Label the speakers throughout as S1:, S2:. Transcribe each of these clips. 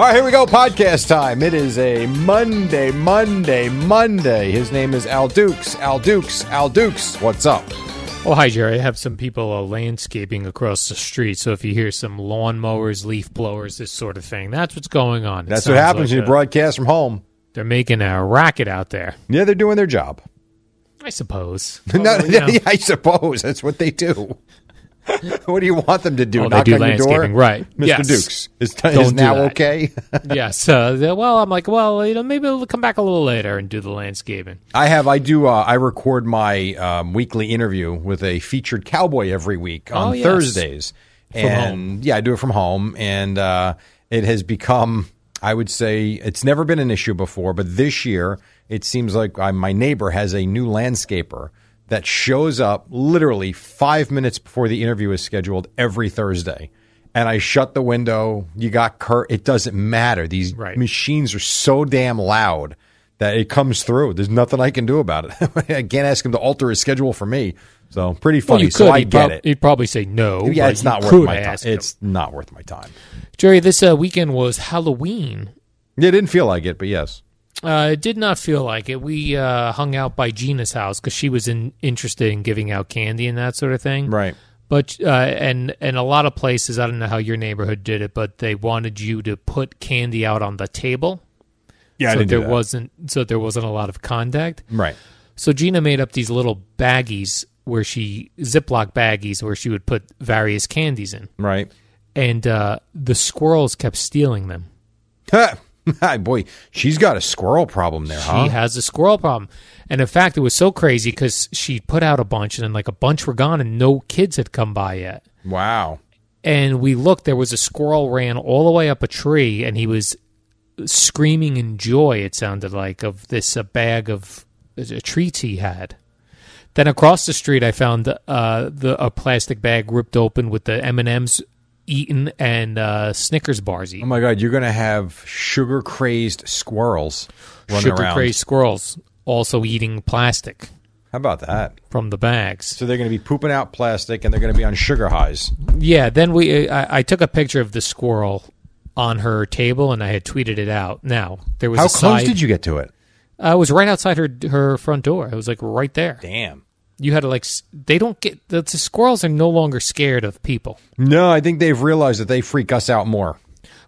S1: All right, here we go. Podcast time. It is a Monday, Monday, Monday. His name is Al Dukes. Al Dukes. Al Dukes. What's up?
S2: Oh, hi, Jerry. I have some people uh, landscaping across the street, so if you hear some lawnmowers, leaf blowers, this sort of thing, that's what's going on. It
S1: That's what
S2: sounds
S1: happens
S2: like a-
S1: when you broadcast from home.
S2: They're making a racket out there,
S1: Yeah, they're doing their job.
S2: I suppose.
S1: No,
S2: Although, you know,
S1: yeah, I suppose that's what they do. what do you want them to do?
S2: Oh, they
S1: Knock
S2: do
S1: on your door,
S2: landscaping, right.
S1: Mr.
S2: Yes.
S1: Dukes is,
S2: Don't
S1: is
S2: do
S1: now
S2: that.
S1: okay.
S2: yes. Uh, they- well, I'm like, well, you know, maybe we'll come back a little later and do the landscaping.
S1: I have. I do. Uh, I record my um, weekly interview with a featured cowboy every week on
S2: Oh, yes.
S1: Thursdays. and
S2: home.
S1: Um, yeah, I do it from home, and uh, it has become. I would say it's never been an issue before, but this year it seems like I, my neighbor has a new landscaper that shows up literally five minutes before the interview is scheduled every Thursday. And I shut the window. You got curt. It doesn't matter. These
S2: Right.
S1: machines are so damn loud that it comes through. There's nothing I can do about it. I can't ask him to alter his schedule for me. So pretty funny.
S2: you
S1: so I
S2: he'd
S1: get
S2: prob-
S1: it.
S2: He'd probably say no.
S1: yeah,
S2: but
S1: it's
S2: you
S1: not worth
S2: could
S1: my time.
S2: ask him.
S1: It's not worth my time.
S2: Jerry, this uh, weekend was Halloween.
S1: Yeah, It didn't feel like it, but yes.
S2: Uh, it did not feel like it. We uh, hung out by Gina's house because she was in, interested in giving out candy and that sort of thing.
S1: Right.
S2: But uh, and and a lot of places, I don't know how your neighborhood did it, but they wanted you to put candy out on the table.
S1: Yeah,
S2: so
S1: I didn't
S2: there
S1: do that.
S2: wasn't so there wasn't a lot of contact.
S1: Right.
S2: So Gina made up these little baggies where she Ziploc baggies where she would put various candies in,
S1: Right.
S2: and uh, the squirrels kept stealing them.
S1: Ha! Boy, she's got a squirrel problem there, huh?
S2: She has a squirrel problem. And in fact, it was so crazy because she put out a bunch and then like a bunch were gone and no kids had come by yet.
S1: wow.
S2: And we looked, there was a squirrel ran all the way up a tree and he was screaming in joy, it sounded like, of this a bag of uh, treats he had. Then across the street, I found uh, the a plastic bag ripped open with the M and M's eaten and uh, Snickers bars
S1: Oh
S2: eaten.
S1: my God, you're gonna have sugar crazed squirrels running
S2: Sugar
S1: around.
S2: crazed squirrels also eating plastic
S1: How about that?
S2: from the bags.
S1: So they're gonna be pooping out plastic, and they're gonna be on sugar highs.
S2: Yeah, then we uh, I, I took a picture of the squirrel on her table and I had tweeted it out. Now there was
S1: How
S2: a
S1: close
S2: side,
S1: did you get to it?
S2: I was right outside her her front door. It was like right there.
S1: Damn.
S2: You had to like s- they don't get the, the squirrels are no longer scared of people,
S1: No, I think they've realized that they freak us out more.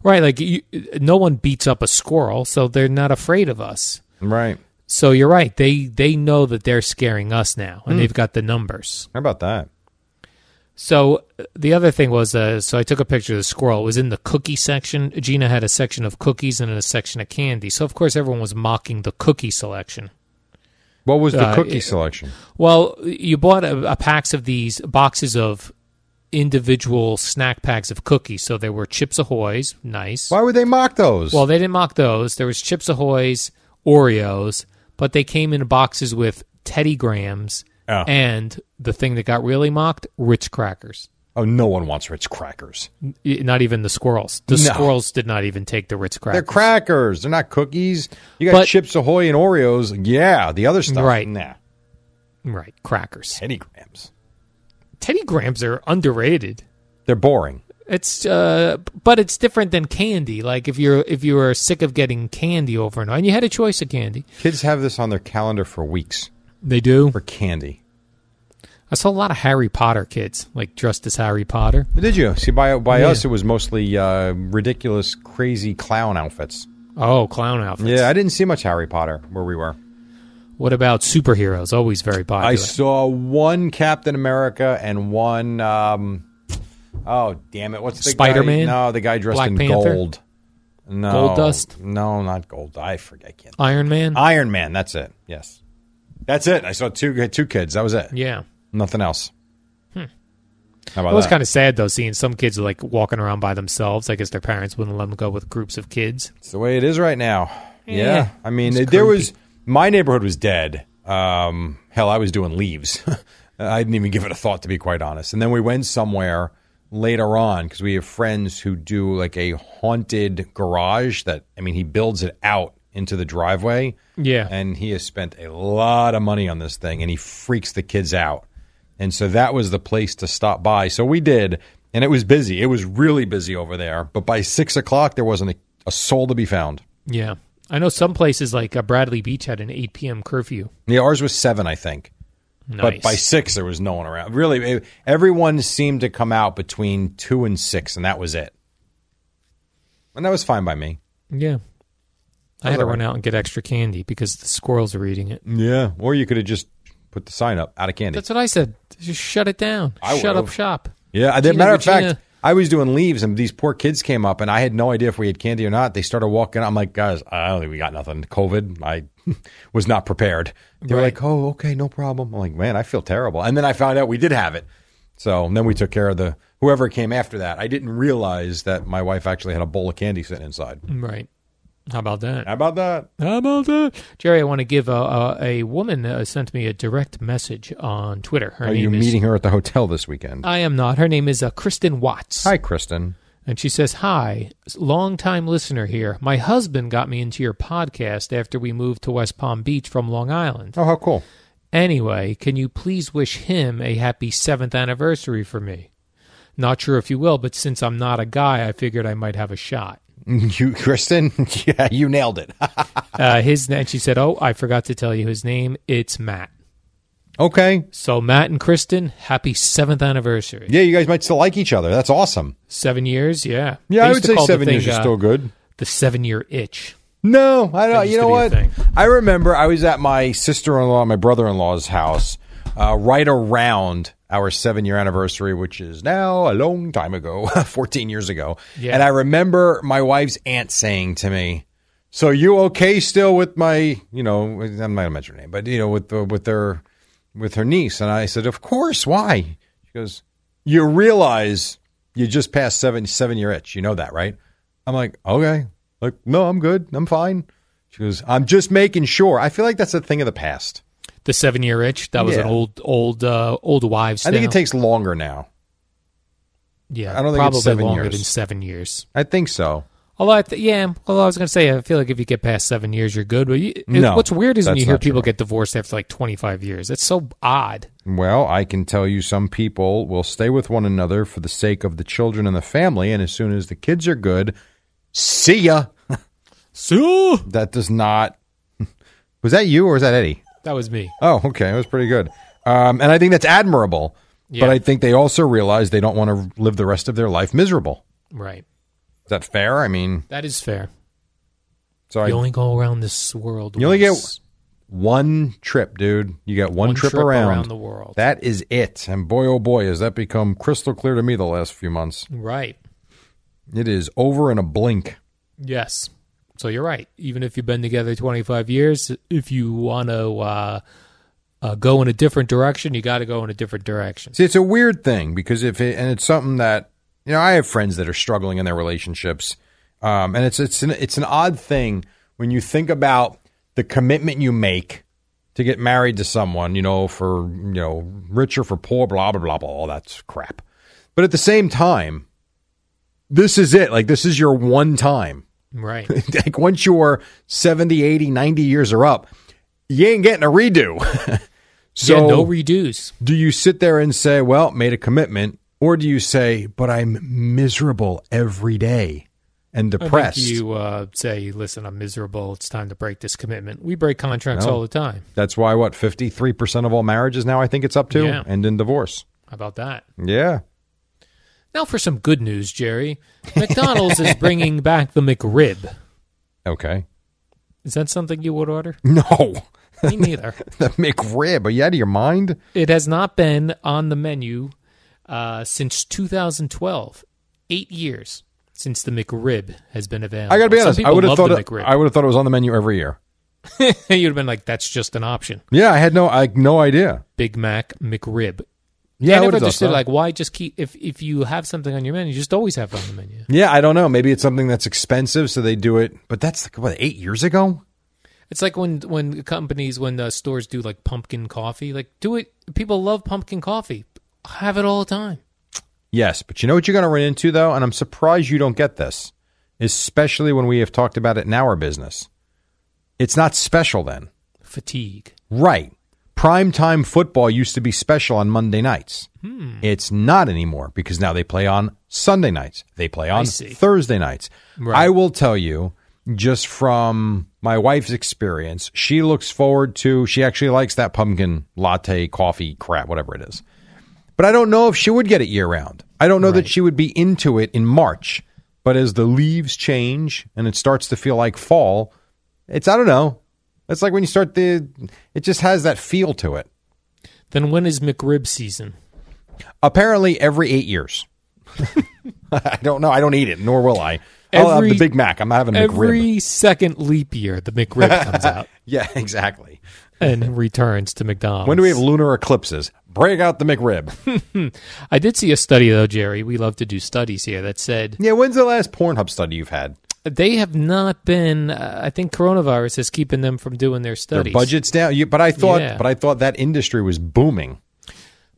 S2: right? Like you, uh, no one beats up a squirrel, so they're not afraid of us.
S1: Right.
S2: So you're right. They they know that they're scaring us now,
S1: Hmm.
S2: and they've got the numbers.
S1: How about that?
S2: So uh, the other thing was, uh, so I took a picture of the squirrel. It was in the cookie section. Gina had a section of cookies and a section of candy. So of course everyone was mocking the cookie selection.
S1: What was the
S2: Uh,
S1: cookie
S2: it-
S1: selection?
S2: Well, you bought a, a packs of these boxes of individual snack packs of cookies. So there were Chips Ahoy's, nice.
S1: Why would they mock those?
S2: Well, they didn't mock those. There was Chips Ahoy's, Oreos, but they came in boxes with Teddy Grahams
S1: Oh.
S2: and the thing that got really mocked, Ritz crackers.
S1: oh, no one wants Ritz crackers.
S2: N- Not even the squirrels. The
S1: No.
S2: squirrels did not even take the Ritz crackers.
S1: They're crackers. They're not cookies. You got
S2: But-
S1: Chips Ahoy and Oreos. Yeah, the other stuff.
S2: Right.
S1: Nah.
S2: right, crackers.
S1: Teddy grams.
S2: Teddy Grahams are underrated.
S1: They're boring.
S2: It's uh, but it's different than candy. Like if you're if you were sick of getting candy over and over, and you had a choice of candy,
S1: Kids have this on their calendar for weeks
S2: they do.
S1: for candy.
S2: I saw a lot of Harry Potter kids like dressed as Harry Potter.
S1: Did you see? By by
S2: Yeah.
S1: us, it was mostly uh, ridiculous, crazy clown outfits.
S2: Oh, clown outfits.
S1: Yeah, I didn't see much Harry Potter where we were.
S2: What about superheroes? Always very popular.
S1: I saw one Captain America and one. Um, oh damn it! What's the guy-
S2: Spider-Man?
S1: No, the guy dressed
S2: Black
S1: in
S2: Panther?
S1: gold. No,
S2: Gold dust?
S1: No, not gold. I forget. I can't.
S2: Iron Man.
S1: Iron Man. That's it. Yes, that's it. I saw two two kids. That was it.
S2: yeah. Hmm.
S1: Nothing else. How about
S2: It was
S1: that?
S2: kind of sad though, seeing some kids like walking around by themselves. I guess their parents wouldn't let them go with groups of kids.
S1: It's the way it is right now. Yeah.
S2: Yeah.
S1: I mean,
S2: It's
S1: there was my neighborhood was dead. Um, hell, I was doing leaves. I didn't even give it a thought, to be quite honest. And then we went somewhere later on because we have friends who do like a haunted garage that, I mean, he builds it out into the driveway.
S2: Yeah.
S1: And he has spent a lot of money on this thing and he freaks the kids out. And so that was the place to stop by. So we did. And it was busy. It was really busy over there. But by six o'clock, there wasn't a, a soul to be found.
S2: Yeah. I know some places like uh, Bradley Beach had an 8 p.m. curfew.
S1: Yeah, ours was seven, I think.
S2: Nice.
S1: But by six, there was no one around. Really, it- everyone seemed to come out between two and six, and that was it. And that was fine by me.
S2: yeah. I had
S1: How's
S2: to
S1: that
S2: run out and get extra candy because the squirrels are eating it.
S1: Yeah. Or you could have just put the sign up out of candy.
S2: That's what I said. Just shut it down.
S1: I
S2: shut
S1: would've.
S2: up shop.
S1: yeah. As a
S2: Gina,
S1: matter of
S2: Regina.
S1: fact, I was doing leaves, and these poor kids came up, and I had no idea if we had candy or not. They started walking. out. I'm like, guys, I don't think we got nothing. COVID. I was not prepared. They were
S2: Right.
S1: like, oh, okay, no problem. I'm like, man, I feel terrible. And then I found out we did have it. So and then we took care of the whoever came after that. I didn't realize that my wife actually had a bowl of candy sitting inside.
S2: Right. How about that?
S1: How about that?
S2: How about that? Jerry, I want to give a, a, a woman uh, sent me a direct message on Twitter. Her
S1: Are you
S2: name is,
S1: meeting her at the hotel this weekend?
S2: I am not. Her name is uh, Kristen Watts.
S1: Hi, Kristen.
S2: And she says, Hi, longtime listener here. My husband got me into your podcast after we moved to West Palm Beach from Long Island.
S1: Oh, how cool.
S2: Anyway, can you please wish him a happy seventh anniversary for me? Not sure if you will, but since I'm not a guy, I figured I might have a shot.
S1: You, Kristen? yeah, you nailed it.
S2: Uh, his and she said, "Oh, I forgot to tell you his name. It's Matt."
S1: okay.
S2: So Matt and Kristen, happy seventh anniversary.
S1: Yeah, you guys might still like each other. That's awesome.
S2: Seven years, yeah. They
S1: Yeah, I
S2: used
S1: would
S2: to
S1: say
S2: call the
S1: seven
S2: thing,
S1: years is
S2: uh,
S1: still good.
S2: The seven-year itch.
S1: No, I don't.
S2: used
S1: You
S2: to
S1: know
S2: be a
S1: what?
S2: thing.
S1: I remember I was at my sister in law, my brother in law's house, uh, right around our seven year anniversary, which is now a long time ago, 14 years ago.
S2: Yeah.
S1: And I remember my wife's aunt saying to me, so you okay still with my, you know, I'm not gonna mention her name, but you know, with the, with her, with her niece, and I said, of course. Why? She goes, you realize you just passed seven seven year itch. You know that, right? I'm like, okay, like no, I'm good, I'm fine. She goes, I'm just making sure. I feel like that's a thing of the past.
S2: The seven-year itch. That was an
S1: Yeah.
S2: old, old, uh, old wives.
S1: I think
S2: tale.
S1: it takes longer now.
S2: Yeah,
S1: I don't think it's
S2: probably
S1: seven
S2: longer
S1: years.
S2: than seven years.
S1: I think so.
S2: Although, I th- yeah, although I was going to say, I feel like if you get past seven years, you're good. But you, it-
S1: No,
S2: what's weird is when
S1: that's
S2: you hear
S1: not
S2: people
S1: true.
S2: get divorced after like 25 years. It's so odd.
S1: Well, I can tell you some people will stay with one another for the sake of the children and the family, and as soon as the kids are good, see ya.
S2: So
S1: That does not. Was that you or was that Eddie?
S2: that was me.
S1: Oh, okay. That was pretty good. Um, and I think that's admirable. But
S2: Yeah.
S1: I think they also realize they don't want to live the rest of their life miserable.
S2: Right.
S1: Is that fair? I mean,
S2: That is fair.
S1: so I,
S2: You only go around this world.
S1: You only get
S2: once.
S1: one trip, dude. You get one,
S2: One
S1: trip,
S2: trip
S1: around.
S2: around the world.
S1: That is it. And boy, oh boy, has that become crystal clear to me the last few months.
S2: right.
S1: It is over in a blink.
S2: Yes. So you're right. Even if you've been together 25 years, if you want to uh, uh, go in a different direction, you got to go in a different direction.
S1: See, it's a weird thing because if it, and it's something that you know, I have friends that are struggling in their relationships, um, and it's it's an, it's an odd thing when you think about the commitment you make to get married to someone, you know, for you know, richer for poor, blah blah blah blah, all that's crap. But at the same time, this is it. Like this is your one time.
S2: Right.
S1: like once you're 70, 80, 90 years or up, you ain't getting a redo. so
S2: yeah, no reduce.
S1: do you sit there and say, well, made a commitment? Or do you say, but I'm miserable every day and
S2: I think
S1: depressed?
S2: Oh, You uh, say, listen, I'm miserable. It's time to break this commitment. We break contracts
S1: No.
S2: all the time.
S1: That's why, what, 53% of all marriages now I think it's up to
S2: Yeah.
S1: end in divorce.
S2: How about that?
S1: Yeah.
S2: Now for some good news, Jerry. McDonald's is bringing back the McRib.
S1: Okay.
S2: Is that something you would order?
S1: No.
S2: Me neither.
S1: The McRib. Are you out of your mind?
S2: It has not been on the menu uh, since 2012. Eight years since the McRib has been available.
S1: I got to be
S2: Some
S1: honest. I
S2: people
S1: would have
S2: love
S1: thought
S2: the
S1: it,
S2: McRib.
S1: I would have thought it was on the menu every year.
S2: You'd have been like, "That's just an option."
S1: Yeah, I had no I no idea.
S2: Big Mac McRib.
S1: Yeah,
S2: I
S1: would
S2: never
S1: have thought
S2: understood
S1: so.
S2: like why just keep if if you have something on your menu, just always have it on the menu.
S1: Yeah, I don't know. Maybe it's something that's expensive, so they do it. But that's like, what eight years ago.
S2: It's like when when companies when uh, stores do like pumpkin coffee, like do it. People love pumpkin coffee. Have it all the time.
S1: Yes, but you know what you're going to run into though, and I'm surprised you don't get this, especially when we have talked about it in our business. It's not special then,
S2: Fatigue.
S1: right? Primetime football used to be special on Monday nights.
S2: Hmm.
S1: It's not anymore because now they play on Sunday nights. They play on
S2: see.
S1: Thursday nights.
S2: Right.
S1: I will tell you just from my wife's experience, she looks forward to, she actually likes that pumpkin latte, coffee, crap, whatever it is. But I don't know if she would get it year round. I don't know that she would be into it in March. But as the leaves change and it starts to feel like fall, it's, I don't know. It's like when you start the, it just has that feel to it.
S2: Then when is McRib season?
S1: Apparently every eight years. I don't know. I don't eat it, nor will I. I'll have
S2: Every-
S1: the Big Mac. I'm not having a McRib.
S2: Every second leap year, the McRib comes out
S1: Yeah, exactly.
S2: and returns to McDonald's.
S1: When do we have lunar eclipses? Break out the McRib.
S2: I did see a study though, Jerry. We love to do studies here that said
S1: yeah, when's the last Pornhub study you've had?
S2: they have not been. Uh, I think coronavirus is keeping them from doing their
S1: Their
S2: studies.
S1: budget's down. You, but I thought,
S2: Yeah.
S1: but I thought that industry was booming.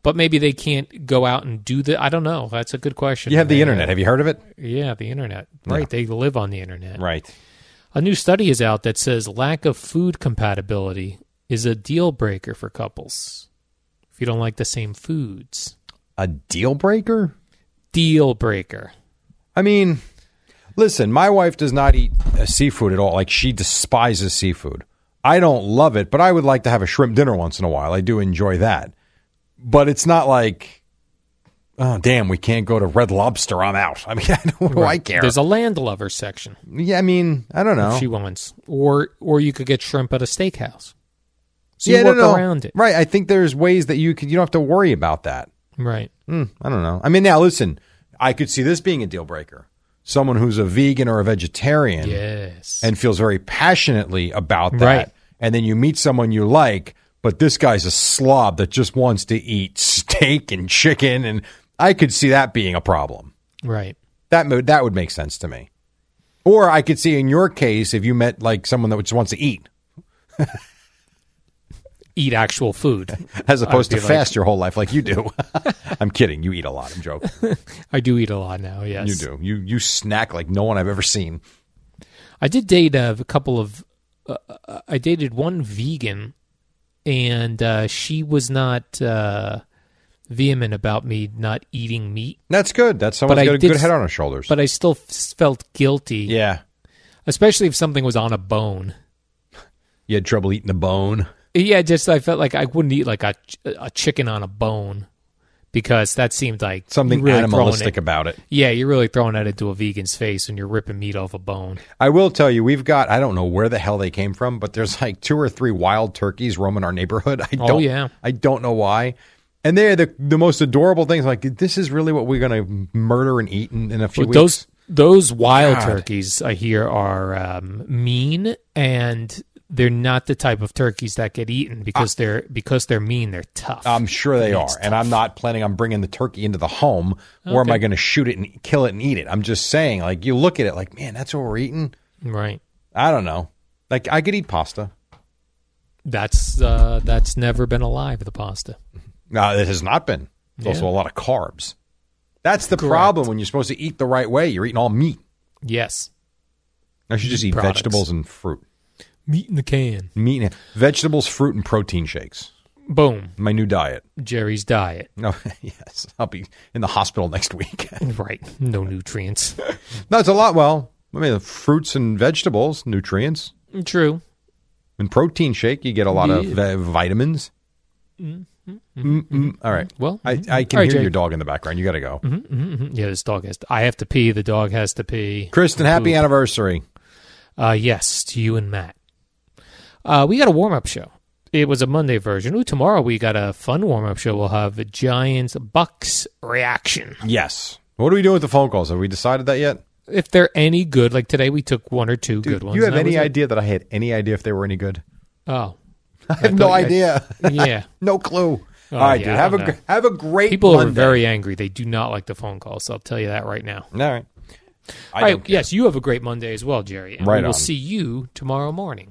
S2: but maybe they can't go out and do the. I don't know. That's a good question.
S1: You have the
S2: They-
S1: internet. Have you heard of it?
S2: Yeah, the internet. Right. They live on the internet.
S1: Right.
S2: A new study is out that says lack of food compatibility is a deal breaker for couples. If you don't like the same foods,
S1: A deal breaker?
S2: deal breaker.
S1: I mean, listen, my wife does not eat uh, seafood at all. Like she despises seafood. I don't love it, but I would like to have a shrimp dinner once in a while. I do enjoy that. But it's not like oh damn, we can't go to Red Lobster. I'm out. I mean, what do Oh, I care?
S2: There's a landlubber section
S1: yeah, I mean, I don't know.
S2: if she wants, or or you could get shrimp at a steakhouse. So
S1: I
S2: you
S1: don't
S2: work
S1: know.
S2: around it,
S1: Right. I think there's ways that you could you don't have to worry about that.
S2: Right.
S1: Hmm, I don't know. I mean, now listen, I could see this being a deal breaker. Someone who's a vegan or a vegetarian
S2: Yes.
S1: and feels very passionately about that.
S2: Right.
S1: And then you meet someone you like, but this guy's a slob that just wants to eat steak and chicken and I could see that being a problem.
S2: right.
S1: That mo- that would make sense to me. Or I could see in your case if you met like someone that just wants to eat
S2: Eat actual food.
S1: as opposed to
S2: I'd be like-
S1: fast your whole life like you do. I'm kidding. You eat a lot. I'm joking.
S2: I do eat a lot now. Yes.
S1: You do. You you snack like no one I've ever seen.
S2: I did date uh, a couple of. Uh, uh, I dated one vegan, and uh, she was not uh, vehement about me not eating meat,
S1: That's good. That's someone's
S2: I
S1: got a
S2: did
S1: good
S2: s-
S1: head on her shoulders.
S2: but I still f- felt guilty,
S1: yeah,
S2: especially if something was on a bone.
S1: you had trouble eating the bone.
S2: Yeah, just I felt like I wouldn't eat like a ch- a chicken on a bone because that seemed like
S1: Something
S2: you're really throwing
S1: animalistic
S2: It,
S1: about it.
S2: yeah, you're really throwing that into a vegan's face when you're ripping meat off a bone.
S1: I will tell you, we've got I don't know where the hell they came from, but there's like two or three wild turkeys roaming our neighborhood. I
S2: Oh,
S1: don't
S2: yeah.
S1: I don't know why. And they're the the most adorable things. Like this is really what we're gonna murder and eat in, in a few
S2: But
S1: weeks.
S2: those Those wild
S1: God.
S2: turkeys I hear are um, mean and they're not the type of turkeys that get eaten because
S1: Ah.
S2: they're because they're mean. They're tough.
S1: I'm sure they are,
S2: It's
S1: and I'm not planning on bringing the turkey into the home. Where am I going to shoot it and kill it and eat it? I'm just saying, like you look at it, like man, that's what we're eating.
S2: right.
S1: I don't know. Like I could eat pasta.
S2: That's uh, that's never been alive. The pasta.
S1: No, it has not been. It's also a lot of carbs. That's the
S2: Correct.
S1: problem when you're supposed to eat the right way. You're eating all meat.
S2: Yes,
S1: I should just eat
S2: Products.
S1: vegetables and fruit.
S2: meat in the can.
S1: Meat, and- vegetables, fruit, and protein shakes.
S2: Boom.
S1: My new diet.
S2: Jerry's diet.
S1: No, yes, I'll be in the hospital next week.
S2: Right. No nutrients.
S1: no, it's a lot. Well, I mean, fruits and vegetables, nutrients.
S2: True.
S1: In protein shake, you get a lot of vi- vitamins. Mm, mm, All right.
S2: Mm-hmm. Well, mm-hmm.
S1: I, I can
S2: All right,
S1: hear
S2: Jake.
S1: your dog in the background. You got to go.
S2: mhm. yeah. This dog has. I have to pee. The dog has to pee.
S1: Kristen, happy
S2: Mm-hmm.
S1: anniversary.
S2: Uh, yes, to you and Matt. Uh, we got a warm up show. It was a Monday version. Ooh, tomorrow we got a fun warm up show. We'll have a Giants Bucks reaction.
S1: Yes. What are we doing with the phone calls? Have we decided that yet?
S2: If they're any good, like today we took one or two good ones.
S1: you have
S2: and that
S1: any
S2: was it.
S1: idea that I had any idea if they were any good?
S2: Oh,
S1: I have no
S2: thought you-
S1: idea.
S2: yeah.
S1: no clue. All right,
S2: yeah,
S1: dude.
S2: I
S1: Have a
S2: don't
S1: gr-
S2: know.
S1: have a great.
S2: People are
S1: Monday.
S2: very angry. They do not like the phone calls. So I'll tell you that right now.
S1: All right. I
S2: All
S1: don't
S2: right.
S1: care.
S2: Yes, you have a great Monday as well, Jerry. And
S1: Right
S2: we will
S1: on.
S2: see you tomorrow morning.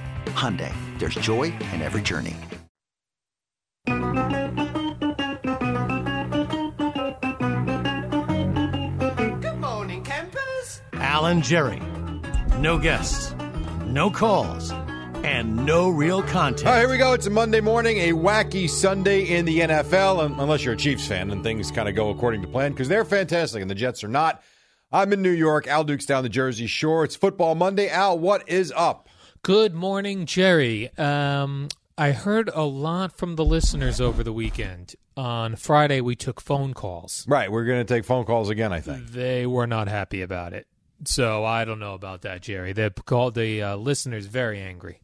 S3: Hyundai, there's joy in every journey.
S4: Good morning, campers. Alan Jerry. No guests, no calls, and no real content.
S1: All right, here we go. It's a Monday morning, a wacky Sunday in the NFL, un- unless you're a Chiefs fan, and things kind of go according to plan because they're fantastic and the Jets are not. I'm in New York. Al Duke's down the Jersey Shore. It's Football Monday. Al, what is up?
S2: Good morning, Jerry. Um, I heard a lot from the listeners over the weekend. On Friday, we took phone calls.
S1: Right, we're going to take phone calls again, I think.
S2: They were not happy about it. So I don't know about that, Jerry. They called the uh, listeners very angry.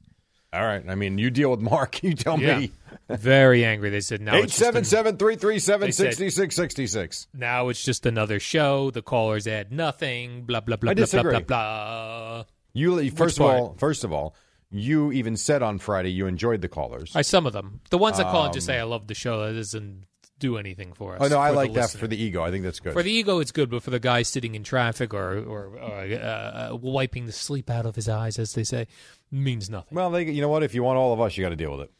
S1: All right. I mean, you deal with Mark. You tell me.
S2: very angry. They said now it's, just an-
S1: 877 337 6666.
S2: now it's just another show. The callers add nothing. Blah blah blah
S1: I
S2: blah blah
S1: disagree.
S2: blah blah.
S1: You first of
S2: part?
S1: all, first of all, you even said on Friday you enjoyed the callers.
S2: I some of them. The ones that call and just say I love the show. That doesn't do anything for us.
S1: Um, oh no, I
S2: for the
S1: like that
S2: listener.
S1: for the ego. I think that's good.
S2: For the ego, it's good, but for the guy sitting in traffic or or, or uh, wiping the sleep out of his eyes, as they say, means nothing.
S1: well, they, you know what? If you want all of us, you got to deal with it.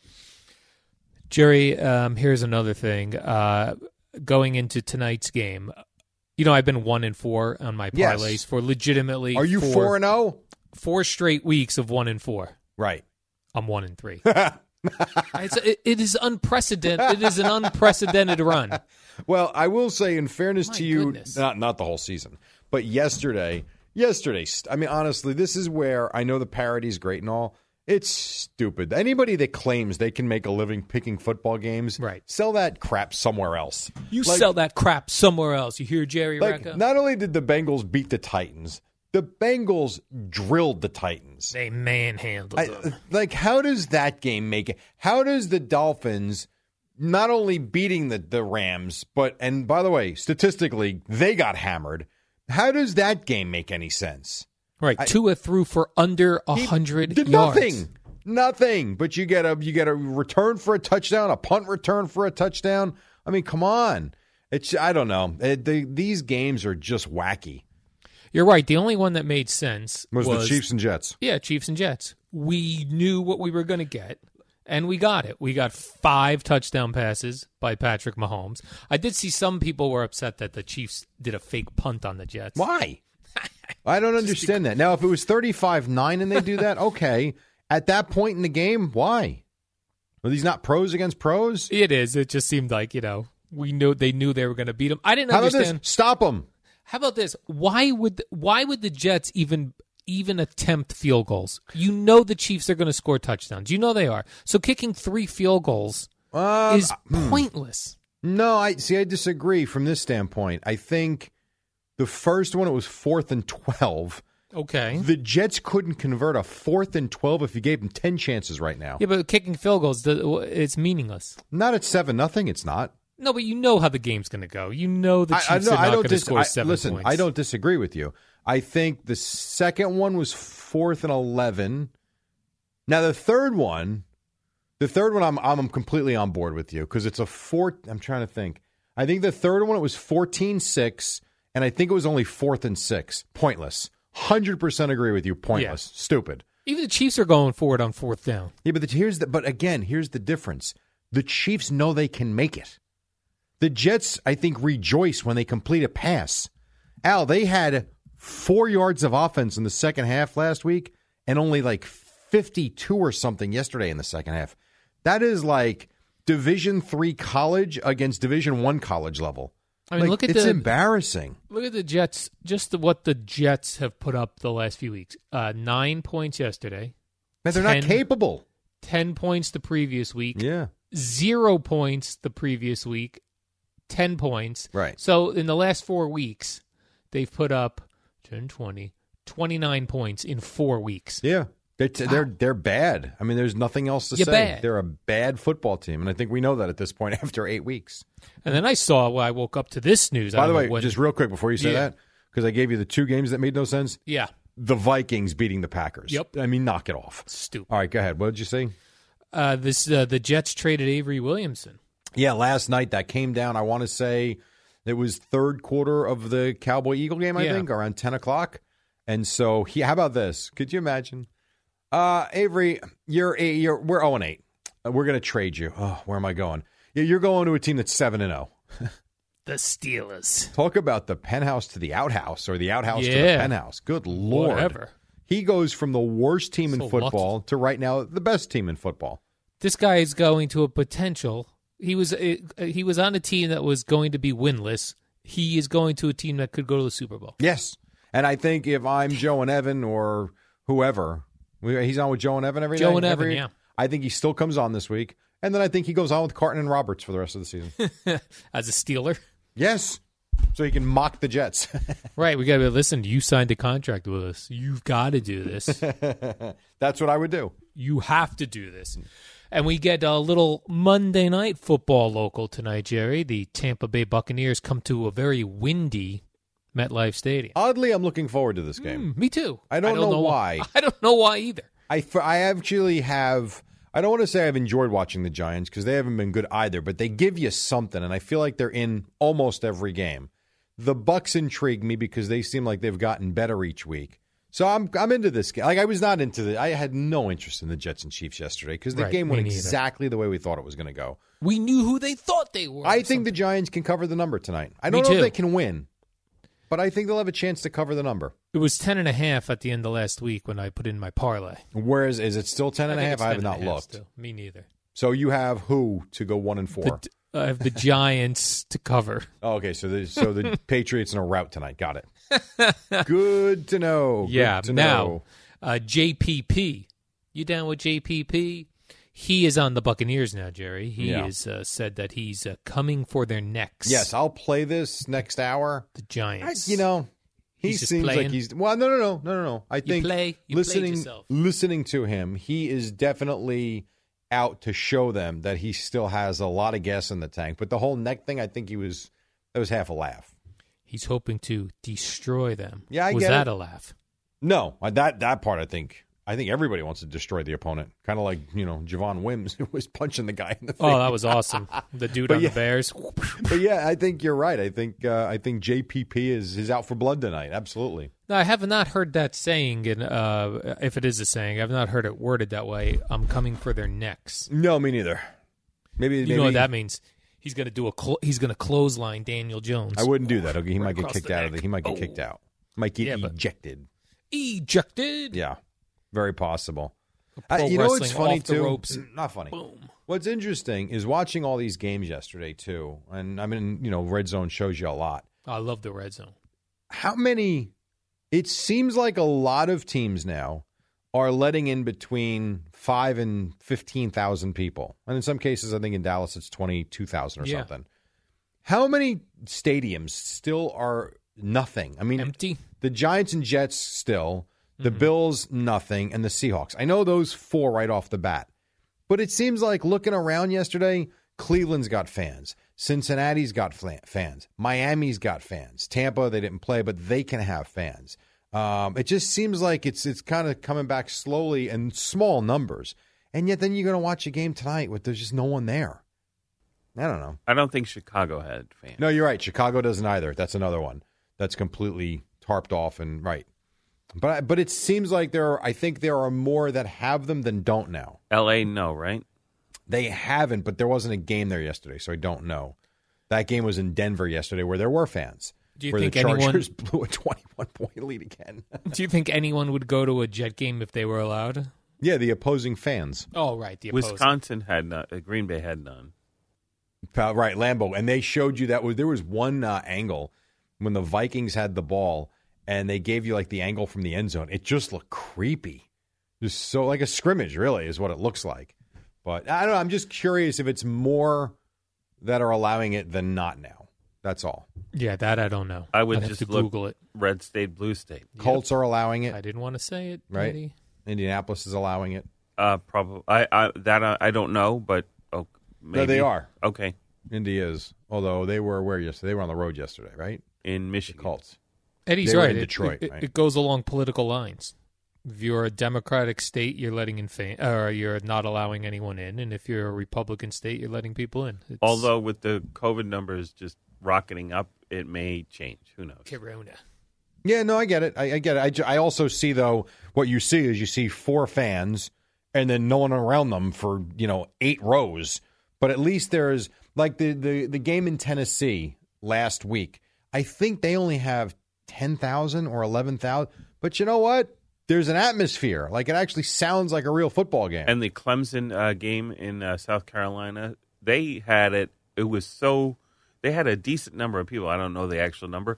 S2: Jerry, um, here's another thing. Uh, going into tonight's game, you know I've been one and four on my
S1: Yes.
S2: parlays for legitimately.
S1: Are you
S2: four,
S1: four and oh? zero?
S2: four straight weeks of one and four?
S1: Right.
S2: I'm one and three. it's, it, it is unprecedented. It is an unprecedented run.
S1: Well, I will say, in fairness
S2: My
S1: to you,
S2: goodness.
S1: not not the whole season, but yesterday, yesterday. st- I mean, honestly, this is where I know the parody's great and all. It's stupid. Anybody that claims they can make a living picking football games,
S2: Right.
S1: Sell that crap somewhere else.
S2: You
S1: Like-
S2: sell that crap somewhere else. You hear Jerry
S1: Like,
S2: Recca?
S1: not only did the Bengals beat the Titans, the Bengals drilled the Titans.
S2: they manhandled
S1: I,
S2: them.
S1: like, how does that game make it? How does the Dolphins not only beating the, the Rams, but, and by the way, statistically, they got hammered. How does that game make any sense?
S2: Right, Tua threw for under a
S1: He
S2: hundred
S1: did
S2: yards.
S1: Nothing. Nothing. But you get a you get a return for a touchdown, a punt return for a touchdown. I mean, come on. It's I don't know. It, the, these games are just wacky.
S2: You're right. The only one that made sense
S1: Was, the Chiefs and Jets.
S2: Yeah, Chiefs and Jets. We knew what we were going to get, and we got it. We got five touchdown passes by Patrick Mahomes. I did see some people were upset that the Chiefs did a fake punt on the Jets.
S1: Why? I don't understand that. Now, if it was 35 9 and they do that, okay. At that point in the game, why? Are these not pros against pros?
S2: It is. It just seemed like you know we knew they knew they were going to beat them. I didn't
S1: How about
S2: understand
S1: this? Stop them.
S2: How about this? Why would why would the Jets even even attempt field goals? You know the Chiefs are going to score touchdowns. You know they are. So kicking three field goals
S1: Um,
S2: is pointless.
S1: No, I see. I disagree from this standpoint. I think the first one it was fourth and twelve.
S2: Okay.
S1: The Jets couldn't convert a fourth and twelve if you gave them ten chances right now.
S2: Yeah, but kicking field goals, the- it's meaningless.
S1: Not at seven nothing. It's not.
S2: No, but you know how the game's going to go. You know the Chiefs
S1: no,
S2: are not going to
S1: dis-
S2: score
S1: I-
S2: seven
S1: listen,
S2: points.
S1: I don't disagree with you. I think the second one was fourth and eleven. Now the third one, the third one, I'm I'm completely on board with you because it's a four. I'm trying to think. I think the third one it was 14-6, and I think it was only fourth and six. Pointless. Hundred percent agree with you. Pointless. Stupid.
S2: Even the Chiefs are going for it on fourth down.
S1: Yeah, but the, here's the but again, here's the difference. The Chiefs know they can make it. The Jets, I think, rejoice when they complete a pass. Al, they had four yards of offense in the second half last week and only like 52 or something yesterday in the second half. That is like Division three college against Division one college level.
S2: I mean,
S1: Like,
S2: look at
S1: it's
S2: the
S1: embarrassing.
S2: look at the Jets. Just the, what the Jets have put up the last few weeks. Uh, nine points yesterday,
S1: Man, they're not
S2: Ten-
S1: capable.
S2: ten points the previous week,
S1: Yeah.
S2: zero points the previous week, ten points.
S1: Right.
S2: So in the last four weeks, they've put up 10, 20, 29 points in four weeks.
S1: Yeah. They're, t- they're they're bad. I mean, there's nothing else to
S2: You're
S1: say.
S2: bad.
S1: They're a bad football team, and I think we know that at this point after eight weeks.
S2: And then I saw when I woke up to this news. I
S1: By the
S2: don't know
S1: way,
S2: what-
S1: just real quick before you say
S2: Yeah.
S1: that, because I gave you the two games that made no sense:
S2: yeah,
S1: the Vikings beating the Packers.
S2: Yep.
S1: I mean, knock it off.
S2: stupid.
S1: All right, go ahead. What did you say?
S2: Uh, this uh, the Jets traded Avery Williamson.
S1: Yeah, last night that came down. I want to say it was third quarter of the Cowboy Eagle game. I
S2: Yeah.
S1: think around ten o'clock. And so he, how about this? Could you imagine? Uh, Avery, you're a, you're we're zero and eight. Uh, We're gonna trade you. Oh, where am I going? Yeah, You're going to a team that's seven and zero.
S2: The Steelers.
S1: Talk about the penthouse to the outhouse, or the outhouse to the
S2: Yeah.
S1: penthouse. Good lord!
S2: Whatever.
S1: He goes from the worst team in
S2: So
S1: football to right now the best team in football.
S2: This guy is going to a potential. He was uh, he was on a team that was going to be winless. He is going to a team that could go to the Super Bowl.
S1: Yes, and I think if I'm Joe and Evan or whoever, we- he's on with Joe and Evan every
S2: Joe
S1: night,
S2: and Evan,
S1: every-
S2: yeah.
S1: I think he still comes on this week, and then I think he goes on with Carton and Roberts for the rest of the season.
S2: As a Steeler,
S1: yes, so he can mock the Jets.
S2: right? We got to listen. You signed a contract with us. You've got to do this.
S1: That's what I would do.
S2: you have to do this. And we get a little Monday night football local tonight, Jerry. The Tampa Bay Buccaneers come to a very windy MetLife Stadium.
S1: Oddly, I'm looking forward to this game.
S2: Me too.
S1: Oh. I don't know why.
S2: I don't know why either.
S1: I, f- I actually have. I don't want to say I've enjoyed watching the Giants because they haven't been good either, but they give you something, and I feel like they're in almost every game. The Bucks intrigue me because they seem like they've gotten better each week. So I'm I'm into this game. Like I was not into the. I had no interest in the Jets and Chiefs yesterday because the
S2: Right,
S1: game went
S2: me neither.
S1: exactly the way we thought it was going to go.
S2: We knew who they thought they were.
S1: I think the Giants can cover the number tonight. I
S2: Me
S1: don't know if
S2: too.
S1: they can win, but I think they'll have a chance to cover the number.
S2: it was ten and a half at the end of last week when I put in my parlay.
S1: Whereas is it still ten and a half? I have not looked.
S2: Me neither.
S1: So you have who to go one and four?
S2: The, I have the Giants to cover.
S1: Oh, okay, so the so the Patriots in a rout tonight. Got it. Good to know. Good
S2: yeah.
S1: to
S2: Now,
S1: know.
S2: uh, JPP, you down with JPP? He is on the Buccaneers now, Jerry. He
S1: Yeah.
S2: is uh, said that he's uh, coming for their necks.
S1: Yes, I'll play this next hour.
S2: the
S1: I,
S2: Giants.
S1: you know, he
S2: He's just
S1: seems like
S2: playing.
S1: he's well. No, no, no, no, no, no. I think
S2: play- you played
S1: listening
S2: yourself.
S1: listening to him, he is definitely out to show them that he still has a lot of gas in the tank. But the whole neck thing, I think he was that was half a laugh.
S2: he's hoping to destroy them.
S1: Yeah, I
S2: was
S1: get
S2: that
S1: it.
S2: a laugh?
S1: No, I- that that part I think I think everybody wants to destroy the opponent, kind of like you know Javon Wims who was punching the guy in the face.
S2: Oh, that was awesome. The dude on
S1: yeah.
S2: the Bears.
S1: but yeah, I think you're right. I think uh, I think JPP is is out for blood tonight. Absolutely.
S2: No, I have not heard that saying, and uh, if it is a saying, I've not heard it worded that way. I'm coming for their necks.
S1: No, me neither. Maybe
S2: You know what that means? He's going to do a cl- he's going to clothesline Daniel Jones.
S1: I wouldn't do that. Okay, he
S2: Right
S1: might get
S2: across
S1: kicked
S2: the
S1: out of the.
S2: neck.
S1: He might get
S2: Oh.
S1: kicked out. Might get
S2: Yeah, but-
S1: ejected.
S2: ejected.
S1: Yeah, very possible.
S2: Pro
S1: I- you know what's
S2: wrestling
S1: funny
S2: off the
S1: too?
S2: ropes.
S1: Not funny.
S2: Boom.
S1: What's interesting is watching all these games yesterday too, and I mean, you know, Red Zone shows you a lot.
S2: I love the red zone.
S1: how many it seems like a lot of teams now are letting in between 5 and 15,000 people. And in some cases I think in Dallas it's 22,000 or
S2: Yeah.
S1: something. How many stadiums still are nothing? I mean
S2: Empty.
S1: The Giants and Jets still, the Bills nothing and the Seahawks. I know those four right off the bat. But it seems like looking around yesterday, Cleveland's got fans. Cincinnati's got fla- fans. Miami's got fans. Tampa, they didn't play, but they can have fans. Um, it just seems like it's it's kind of coming back slowly in small numbers. And yet, then you're going to watch a game tonight with there's just no one there. I don't know.
S5: I don't think Chicago had fans.
S1: No, you're right. Chicago doesn't either. That's another one that's completely tarped off and right. But but it seems like there are. I think there are more that have them than don't now.
S5: L.A. No, right?
S1: They haven't, but there wasn't a game there yesterday, so I don't know. That game was in Denver yesterday, where there were fans.
S2: Do you
S1: where
S2: think
S1: the
S2: anyone-
S1: Chargers blew a twenty-one point lead again?
S2: Do you think anyone would go to a Jet game if they were allowed?
S1: yeah, the opposing fans,
S2: Oh, right. The opposing.
S5: Wisconsin had none. Uh, Green Bay had none.
S1: Pa- right? Lambeau, and they showed you that was there was one uh, angle when the Vikings had the ball, and they gave you like the angle from the end zone. It just looked creepy, just so like a scrimmage, really, is what it looks like. But I don't know. I'm just curious if it's more that are allowing it than not now. That's all.
S2: Yeah, that I don't know.
S5: I would
S2: I'd have
S5: just
S2: to
S5: look-
S2: Google it.
S5: Red State, Blue State.
S1: Colts are allowing it.
S2: I didn't want to say it.
S1: Right.
S2: Eddie.
S1: Indianapolis is allowing it.
S5: Uh, probably. I, I that uh, I, I don't know, but oh, maybe.
S1: they are.
S5: Okay,
S1: Indy is, although they were where yesterday? They were on the road yesterday, right?
S5: in Michigan.
S1: Colts.
S2: Eddie's
S1: They were
S2: right.
S1: in
S2: It-
S1: Detroit,
S2: it, it-
S1: right?
S2: it goes along political lines. If you're a Democratic state, you're letting in fan, or you're not allowing anyone in, and if you're a Republican state, you're letting people in. It's
S5: Although with the COVID numbers just rocketing up, it may change. Who knows?
S2: Corona.
S1: Yeah, no, I get it. I, I get it. I ju- I, also see though what you see is you see four fans and then no one around them for you know eight rows. But at least there's like the the the game in Tennessee last week. I think they only have ten thousand or eleven thousand. But you know what? There's an atmosphere. Like it actually sounds like a real football game.
S5: And the Clemson uh, game in uh, South Carolina, they had it. It was so they had a decent number of people. I don't know the actual number,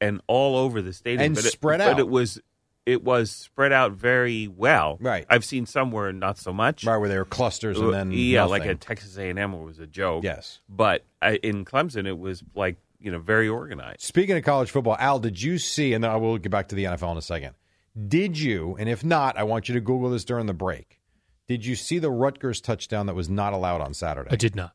S5: and all over the stadium.
S1: And
S5: but
S1: spread
S5: it,
S1: out.
S5: But it was it was spread out very well.
S1: Right.
S5: I've seen somewhere not so much.
S1: right where there are clusters and then
S5: Uh, yeah, like
S1: nothing.
S5: at Texas A and M, it was a joke.
S1: yes.
S5: But I, in Clemson, it was like you know very organized.
S1: Speaking of college football, Al, did you see, and then I will get back to the NFL in a second. Did you, and if not, I want you to Google this during the break. Did you see the Rutgers touchdown that was not allowed on Saturday?
S2: I did not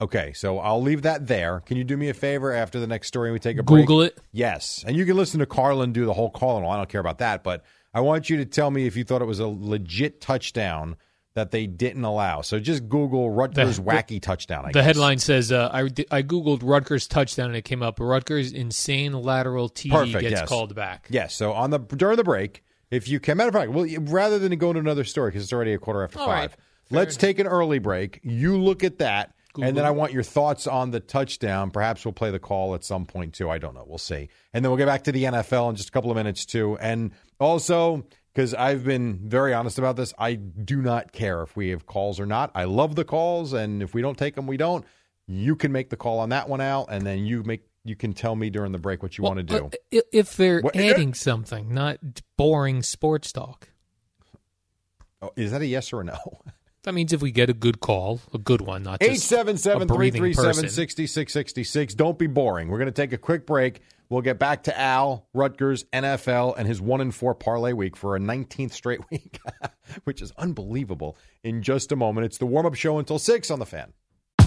S1: Okay, so I'll leave that there. Can you do me a favor after the next story and we take a break?
S2: Google it.
S1: Yes. And you can listen to Carlin do the whole call and all. I don't care about that, but I want you to tell me if you thought it was a legit touchdown that they didn't allow. So just Google Rutgers
S2: The-
S1: wacky touchdown, I
S2: the
S1: guess.
S2: headline says uh, I di- I googled Rutgers touchdown and it came up. Rutgers insane lateral TD
S1: Perfect,
S2: gets
S1: yes.
S2: called back.
S1: Yes. So on the during the break, if you can, matter of fact, well, you- rather than go into another story because it's already a quarter after
S2: All
S1: five,
S2: right.
S1: let's take an early break. You look at that, and then I want your thoughts on the touchdown. Perhaps we'll play the call at some point too. I don't know. We'll see. And then we'll get back to the NFL in just a couple of minutes too. And also. Because I've been very honest about this, I do not care if we have calls or not. I love the calls, and if we don't take them, we don't. You can make the call on that one, Al, and then you make you can tell me during the break what you
S2: Well,
S1: want to do.
S2: uh, i- if they're
S1: What-
S2: adding something, not boring sports talk.
S1: Oh, is that a yes or a no?
S2: That means if we get a good call, a good one, not just a
S1: 877
S2: breathing
S1: 337
S2: person.
S1: 6666. Don't be boring. We're going to take a quick break. We'll get back to Al Rutgers, NFL, and his one in four parlay week for a 19th straight week, which is unbelievable, in just a moment. It's the warm up show until 6 on the fan.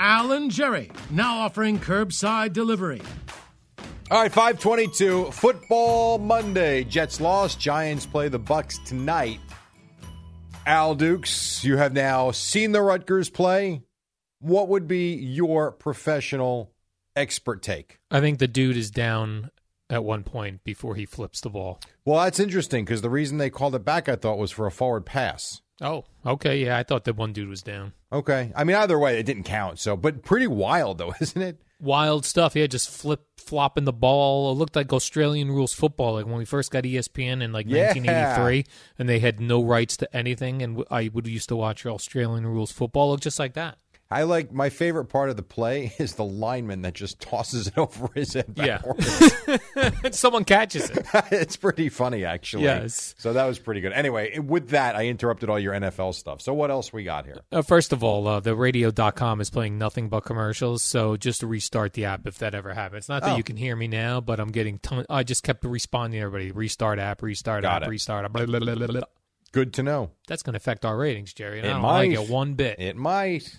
S4: Alan Jerry, now offering curbside delivery.
S1: All right, 522, Football Monday. Jets lost. Giants play the Bucks tonight. Al Dukes, you have now seen the Rutgers play. What would be your professional expert take?
S2: I think the dude is down at one point before he flips the ball.
S1: Well, that's interesting because the reason they called it back, I thought, was for a forward pass.
S2: Oh, okay. Yeah, I thought that one dude was down.
S1: Okay. I mean, either way, it didn't count. So, but pretty wild, though, isn't it?
S2: Wild stuff. Yeah, just flip flopping the ball. It looked like Australian rules football. Like when we first got E ESPN in like
S1: Yeah.
S2: 1983, and they had no rights to anything. And w- I would used to watch Australian rules football. Look just like that.
S1: I like my favorite part of the play is the lineman that just tosses it over his head
S2: Yeah.
S1: backwards.
S2: Someone catches it.
S1: it's pretty funny, actually.
S2: Yes.
S1: So that was pretty good. Anyway, with that, I interrupted all your NFL stuff. So what else we got here?
S2: Uh, first of all, uh, the radio.com is playing nothing but commercials, so just to restart the app if that ever happens. Not that
S1: Oh.
S2: you can hear me now, but I'm getting ton- I just kept responding to everybody restart app, restart
S1: Got
S2: app,
S1: it.
S2: restart app. Blah, blah, blah, blah, blah.
S1: Good to know.
S2: That's going to affect our ratings, Jerry. And
S1: It
S2: I don't
S1: might.
S2: like it one bit.
S1: It might.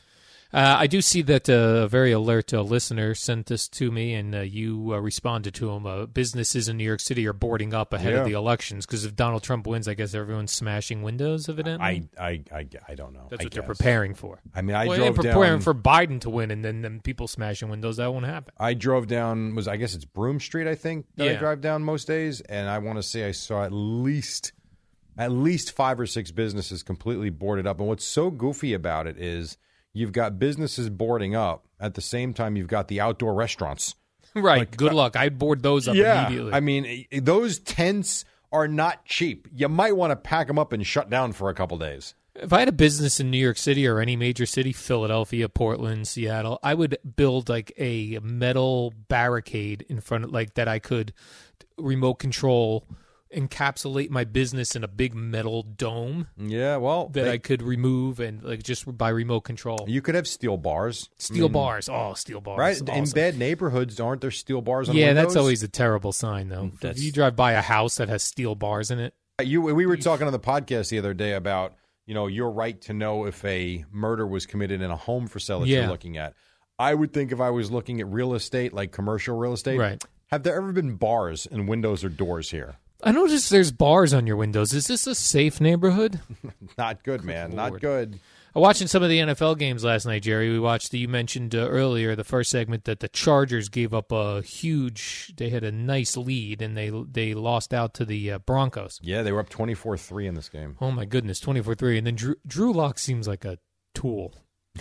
S2: Uh, I do see that uh, a very alert uh, listener sent this to me, and uh, you uh, responded to him. Uh, businesses in New York City are boarding up ahead
S1: Yeah.
S2: of the elections because if Donald Trump wins, I guess everyone's smashing windows, evidently.
S1: I I I, I don't know.
S2: That's
S1: I
S2: what they're
S1: guess.
S2: preparing for.
S1: I mean, I
S2: well,
S1: drove
S2: they're preparing
S1: down-
S2: for Biden to win, and then them people smashing windows. That won't happen.
S1: I drove down was I guess it's Broom Street I think that I
S2: Yeah.
S1: drive down most days and I want to say I saw at least at least 5 or 6 businesses completely boarded up and what's so goofy about it is you've got businesses boarding up at the same time you've got the outdoor restaurants
S2: Right. Good luck. I board those up immediately.
S1: I mean i- i- those tents are not cheap you might want to pack them up and shut down for a couple days
S2: if I had a business in New York City or any major city, Philadelphia, Portland, Seattle, I would build like a metal barricade in front of like that I could remote control encapsulate my business in a big metal dome
S1: yeah well
S2: that
S1: they-
S2: I could remove and like just by remote control.
S1: you could have steel bars
S2: steel bars. Oh, steel bars.
S1: right in
S2: Awesome.
S1: bad neighborhoods aren't there steel bars on
S2: Yeah,
S1: windows?
S2: that's always a terrible sign though. If you drive by a house that has steel bars in it,
S1: You we were talking on the podcast the other day about you know your right to know if a murder was committed in a home for sale that you're
S2: Yeah.
S1: looking at. I would think if I was looking at real estate, like commercial real estate,
S2: Right.
S1: Have there ever been bars and windows or doors here?
S2: I noticed there's bars on your windows. Is this a safe neighborhood?
S1: Not good, man. Not
S2: Lord.
S1: good.
S2: I'm watching some of the NFL games last night, Jerry. We watched the you mentioned uh, earlier the first segment that the Chargers gave up a huge. They had a nice lead and they they lost out to the uh, Broncos.
S1: Yeah, they were up twenty four three in this game.
S2: Oh my goodness, twenty four three. And then Drew Drew Lock seems like a tool.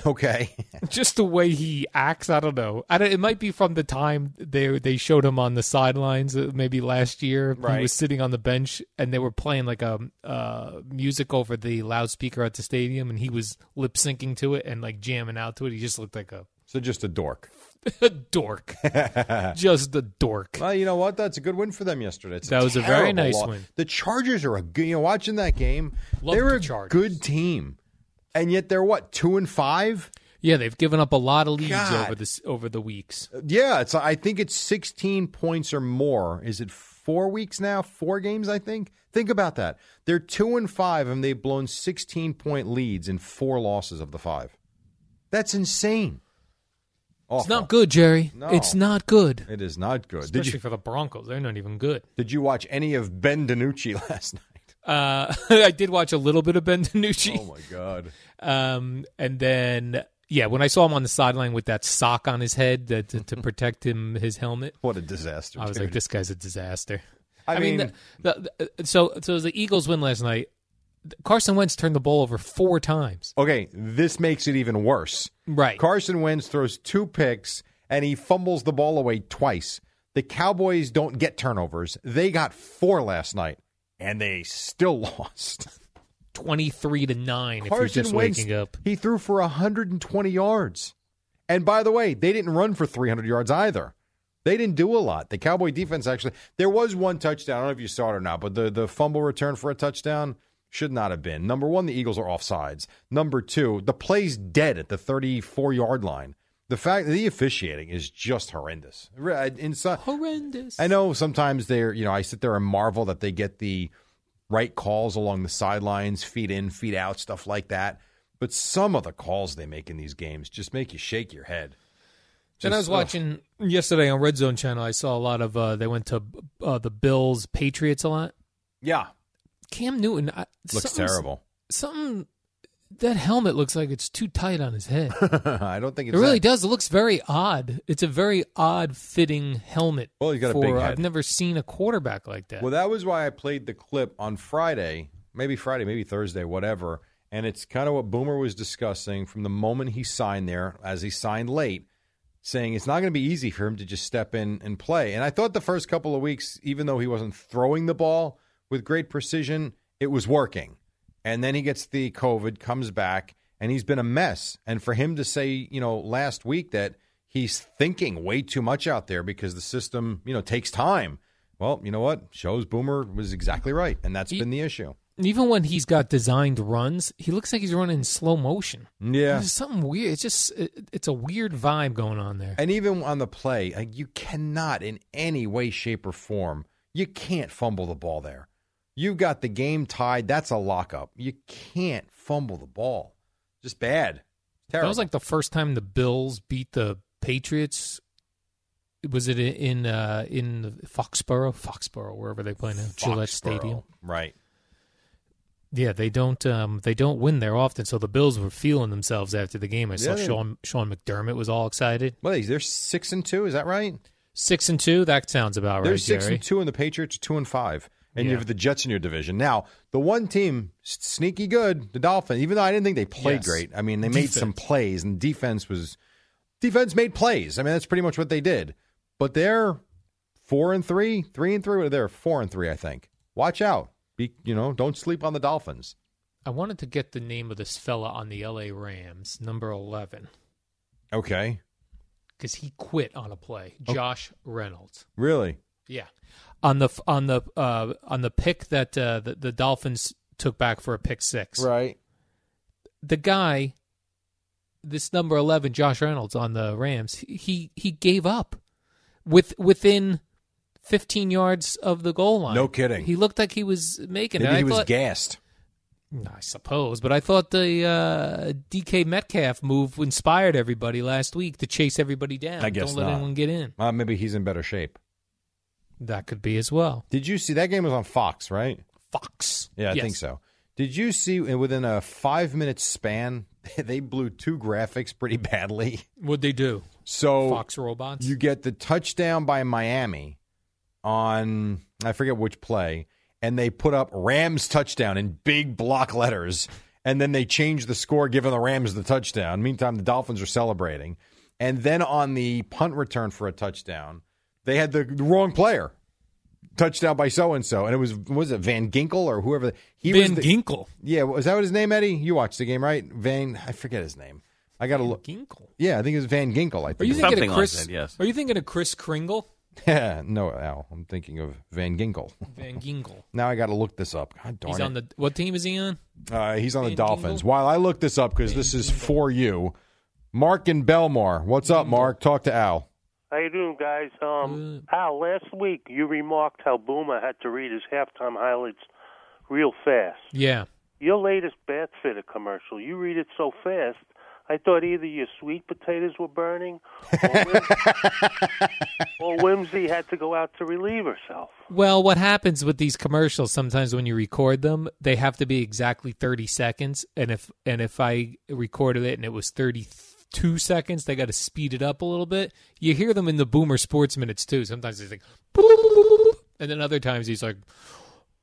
S1: Okay,
S2: Just the way he acts, I don't know. I don't, it might be from the time they they showed him on the sidelines, uh, maybe last year.
S1: Right.
S2: He was sitting on the bench, and they were playing like a uh, music over the loudspeaker at the stadium, and he was lip syncing to it and like jamming out to it. He just looked like a,
S1: so just a dork.
S2: a dork, just a dork.
S1: Well, you know what? That's a good win for them yesterday. It's
S2: That was a very
S1: terrible
S2: nice
S1: loss.
S2: win.
S1: The Chargers are a good. You know, watching that game,
S2: Love
S1: they
S2: the
S1: were a
S2: Chargers.
S1: good team, and yet they're what two and five.
S2: Yeah, they've given up a lot of leads
S1: God.
S2: over this over the weeks.
S1: Yeah, it's. I think it's 16 points or more. Is it four weeks now? Four games, I think. Think about that. They're two and five, and they've blown 16 point leads in four losses of the five. That's insane. Awful.
S2: It's not good, Jerry.
S1: No.
S2: It's not good.
S1: It is not good.
S2: Especially
S1: Did you
S2: for the Broncos, they're not even good.
S1: Did you watch any of Ben DiNucci last night?
S2: Uh, I did watch a little bit of Ben DiNucci.
S1: Oh my god.
S2: Um, and then yeah, when I saw him on the sideline with that sock on his head that, to, to protect him his helmet,
S1: What a disaster.
S2: I was
S1: dude.
S2: like, this guy's a disaster.
S1: I mean-
S2: the, the, the- so so the Eagles win last night. Carson Wentz turned the ball over four times.
S1: okay, this makes it even worse.
S2: Right.
S1: Carson Wentz throws two picks and he fumbles the ball away twice. The Cowboys don't get turnovers. They got four last night and they still lost.
S2: Twenty three to nine. If you're
S1: Carson
S2: just
S1: Wentz,
S2: waking up,
S1: he threw for 120 yards. And by the way, they didn't run for 300 yards either. They didn't do a lot. The Cowboy defense actually, there was one touchdown. I don't know if you saw it or not, but the, the fumble return for a touchdown should not have been. Number one, the Eagles are offsides. Number two, the play's dead at the 34 yard line. The fact that the officiating is just horrendous. Re- uh, Inside,
S2: horrendous.
S1: I know sometimes they're, you know, I sit there and marvel that they get the right calls along the sidelines, feet in, feet out, stuff like that. But some of the calls they make in these games just make you shake your head.
S2: And I was
S1: Just, ugh.
S2: watching yesterday on Red Zone Channel. I saw a lot of uh, they went to uh, the Bills Patriots a lot.
S1: Yeah.
S2: Cam Newton I,
S1: Looks
S2: something's-
S1: terrible.
S2: something that helmet looks like it's too tight on his head.
S1: I don't think
S2: It
S1: it's
S2: really
S1: that.
S2: does. It looks very odd. It's a very odd fitting helmet.
S1: Well, he's got a
S2: for, uh,
S1: big head.
S2: I've never seen a quarterback like that.
S1: Well, that was why I played the clip on Friday, maybe Friday, maybe Thursday, whatever. And it's kind of what Boomer was discussing from the moment he signed there, as he signed late, saying it's not going to be easy for him to just step in and play. And I thought the first couple of weeks, even though he wasn't throwing the ball with great precision, it was working. And then he gets the COVID, comes back, and he's been a mess. And for him to say, you know, last week that he's thinking way too much out there because the system, you know, takes time. Well, you know what? Shows Boomer was exactly right, and that's
S2: He-
S1: been the issue.
S2: Even when he's got designed runs, he looks like he's running in slow motion.
S1: Yeah.
S2: There's something weird. It's just it, it's a weird vibe going on there.
S1: And even on the play, like, you cannot in any way, shape, or form, you can't fumble the ball there. You've got the game tied. That's a lockup. You can't fumble the ball. Just bad. Terrible.
S2: That was like the first time the Bills beat the Patriots. Was it in uh, in Foxborough, Foxborough, wherever they play now, Gillette
S1: Foxborough.
S2: Stadium?
S1: Right.
S2: Yeah, they don't um, they don't win there often, so the Bills were feeling themselves after the game. I saw
S1: Yeah, they-
S2: Sean Sean McDermott was all excited.
S1: Well, they're six and two. Is that right?
S2: Six and two, that sounds about
S1: they're
S2: right,
S1: six
S2: Jerry.
S1: and two, and the Patriots are two and five. And
S2: Yeah.
S1: you have the Jets in your division. Now, the one team s- sneaky good, the Dolphins. Even though I didn't think they played
S2: Yes.
S1: great, I mean they made some
S2: Defense.
S1: plays, and defense was defense made plays. I mean that's pretty much what they did. But they're four and three, three and three. What are they? Four and three, I think. Watch out. Be you know, don't sleep on the Dolphins.
S2: I wanted to get the name of this fella on the L.A. Rams, number eleven,
S1: Okay,
S2: because he quit on a play.
S1: Oh.
S2: Josh Reynolds.
S1: really?
S2: Yeah, on the f- on the uh, on the pick that uh, the, the Dolphins took back for a pick six.
S1: Right.
S2: The guy, this number eleven, Josh Reynolds on the Rams, he he gave up with within fifteen yards of the goal line.
S1: No kidding.
S2: He looked like he was making
S1: Maybe
S2: it. I
S1: he was
S2: thought-
S1: gassed.
S2: I suppose, but I thought the uh, DK Metcalf move inspired everybody last week to chase everybody down.
S1: I guess
S2: Don't let
S1: not.
S2: anyone get in.
S1: Uh, maybe he's in better shape.
S2: That could be as well.
S1: Did you see that game was on Fox? Right.
S2: Fox.
S1: Yeah, I
S2: Yes.
S1: think so. Did you see uh, within a five minute span, they blew two graphics pretty badly?
S2: What'd they do?
S1: So
S2: Fox robots.
S1: you get the touchdown by Miami on, I forget which play, and they put up Rams touchdown in big block letters, and then they change the score, giving the Rams the touchdown. Meantime, the Dolphins are celebrating. And then on the punt return for a touchdown, they had the, the wrong player. Touchdown by so and so, and it was was it Van Ginkel or whoever he was
S2: Van
S1: the-
S2: Ginkle.
S1: yeah, was that what his name, Eddie? You watched the game, right? Van, I forget his name. I got to look.
S2: Ginkle.
S1: Yeah, I think it was Van Ginkel. I
S2: Are you thinking
S1: think.
S5: Something
S2: of
S5: like
S2: Chris?
S5: that, yes.
S2: Are you thinking of Chris Kringle?
S1: Yeah, no, Al, I'm thinking of Van Ginkel.
S2: Van Gingle.
S1: Now I got to look this up. God darn
S2: He's
S1: it.
S2: on the. What team is he on?
S1: uh, he's on the
S2: Van
S1: Dolphins.
S2: Ginkel?
S1: While I look this up, because this is for you, Mark and Belmar. What's up, Mark? Talk to Al.
S6: How you doing, guys? Um, Al, last week you remarked how Boomer had to read his halftime highlights real fast.
S2: Yeah.
S6: Your latest Bath Fitter commercial, you read it so fast, I thought either your sweet potatoes were burning or, Whims- or Whimsy had to go out to relieve herself.
S2: Well, what happens with these commercials sometimes when you record them, they have to be exactly 30 seconds and if and if I recorded it and it was 32 seconds, they got to speed it up a little bit. You hear them in the Boomer Sports minutes too. Sometimes he's like and then other times he's like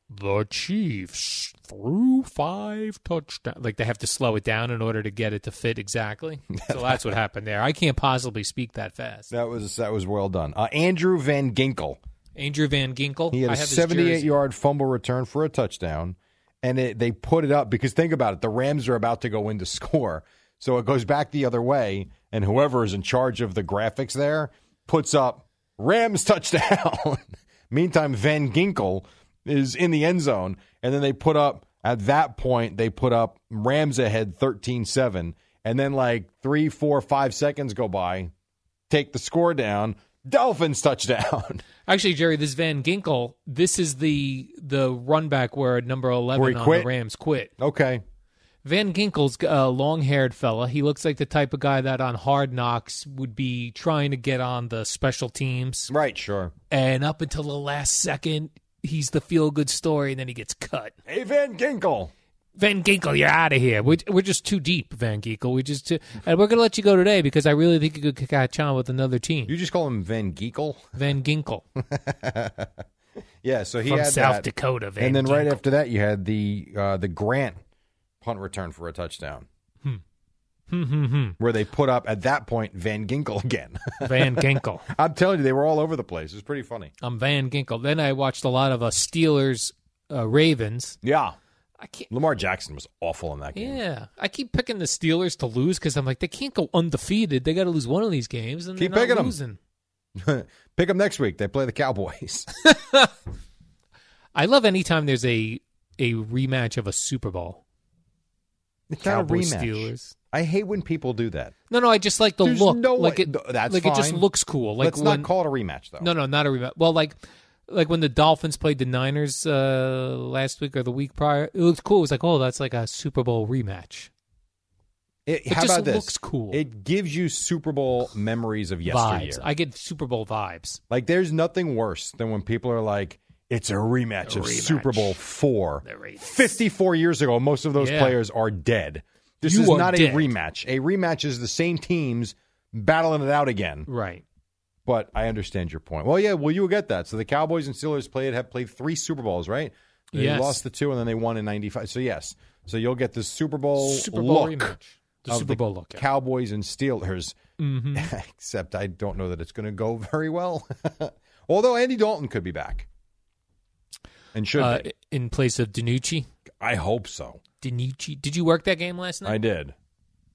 S2: the Chiefs threw five touchdowns. Like they have to slow it down in order to get it to fit exactly. So that's what happened there. I can't possibly speak that fast.
S1: That was that was well done. Uh, Andrew Van Ginkel.
S2: Andrew Van Ginkle.
S1: He had
S2: I
S1: a
S2: have his
S1: 78
S2: jersey.
S1: yard fumble return for a touchdown, and it, they put it up because think about it. The Rams are about to go in to score. So it goes back the other way, and whoever is in charge of the graphics there puts up Rams touchdown. Meantime, Van Ginkel is in the end zone, and then they put up, at that point, they put up Rams ahead 13 7. And then, like three, four, five seconds go by, take the score down, Dolphins touchdown.
S2: Actually, Jerry, this Van Ginkel, this is the the run back where number
S1: Where
S2: eleven
S1: he
S2: on
S1: quit?
S2: the Rams quit.
S1: okay.
S2: Van Ginkel's a long-haired fella. He looks like the type of guy that on Hard Knocks would be trying to get on the special teams,
S1: Right, sure.
S2: and up until the last second, he's the feel-good story, and then he gets cut.
S1: Hey, Van Ginkel.
S2: Van Ginkel, you're out of here. We're, we're just too deep, Van Ginkel. We just too, and we're gonna let you go today because I really think you could catch on with another team.
S1: You just call him Van Geekle.
S2: Van Ginkel
S1: Yeah, so he
S2: from
S1: had
S2: South
S1: that.
S2: Dakota. Van
S1: and then right
S2: Ginkel.
S1: after that, you had the uh, the Grant punt return for a touchdown,
S2: Hmm, hmm, hmm.
S1: where they put up at that point Van Ginkel again.
S2: Van Ginkel.
S1: I'm telling you, they were all over the place. It was pretty funny.
S2: I'm Van Ginkel. Then I watched a lot of uh, Steelers, uh, Ravens.
S1: Yeah,
S2: I can't.
S1: Lamar Jackson was awful in that game.
S2: Yeah, I keep picking the Steelers to lose because I'm like they can't go undefeated. They got to lose one of these games, and
S1: Keep
S2: they're
S1: picking
S2: not
S1: 'em.
S2: losing.
S1: Pick them next week. They play the Cowboys.
S2: I love anytime there's a a rematch of a Super Bowl.
S1: It's not a
S2: Cowboys
S1: rematch.
S2: Steelers.
S1: I hate when people do that.
S2: No, no, I just like the
S1: There's
S2: look.
S1: no
S2: like
S1: way-
S2: it,
S1: th- that's
S2: like it just
S1: fine.
S2: looks cool. Like
S1: Let's
S2: when,
S1: not call it a rematch though.
S2: No, no, not a rematch. Well, like like when the Dolphins played the Niners uh, last week or the week prior, it looked cool. It was like, oh, that's like a Super Bowl rematch.
S1: It,
S2: It
S1: how
S2: just
S1: about this?
S2: looks cool.
S1: It gives you Super Bowl memories of yesteryear.
S2: Vibes. I get Super Bowl vibes.
S1: like, there's nothing worse than when people are like, "It's a rematch
S2: A
S1: of
S2: rematch.
S1: Super Bowl four.
S2: The Ravens.
S1: 54 years ago, most of those
S2: Yeah.
S1: players are dead. This
S2: You
S1: is
S2: are
S1: not
S2: dead.
S1: a rematch. A rematch is the same teams battling it out again.
S2: Right.
S1: But I understand your point. Well, yeah, well, you will get that. So the Cowboys and Steelers played have played three Super Bowls, right? They
S2: Yes.
S1: lost the two and then they won in '95. So yes, so you'll get the Super Bowl
S2: Super Bowl
S1: look
S2: rematch. The
S1: of
S2: Super Bowl Mm-hmm. look. yeah.
S1: Cowboys and Steelers. Except I don't know that it's going to go very well. Although Andy Dalton could be back and should.
S2: uh,
S1: be.
S2: in place of Danucci.
S1: I hope so.
S2: Danucci. Did you work that game last night?
S1: I did.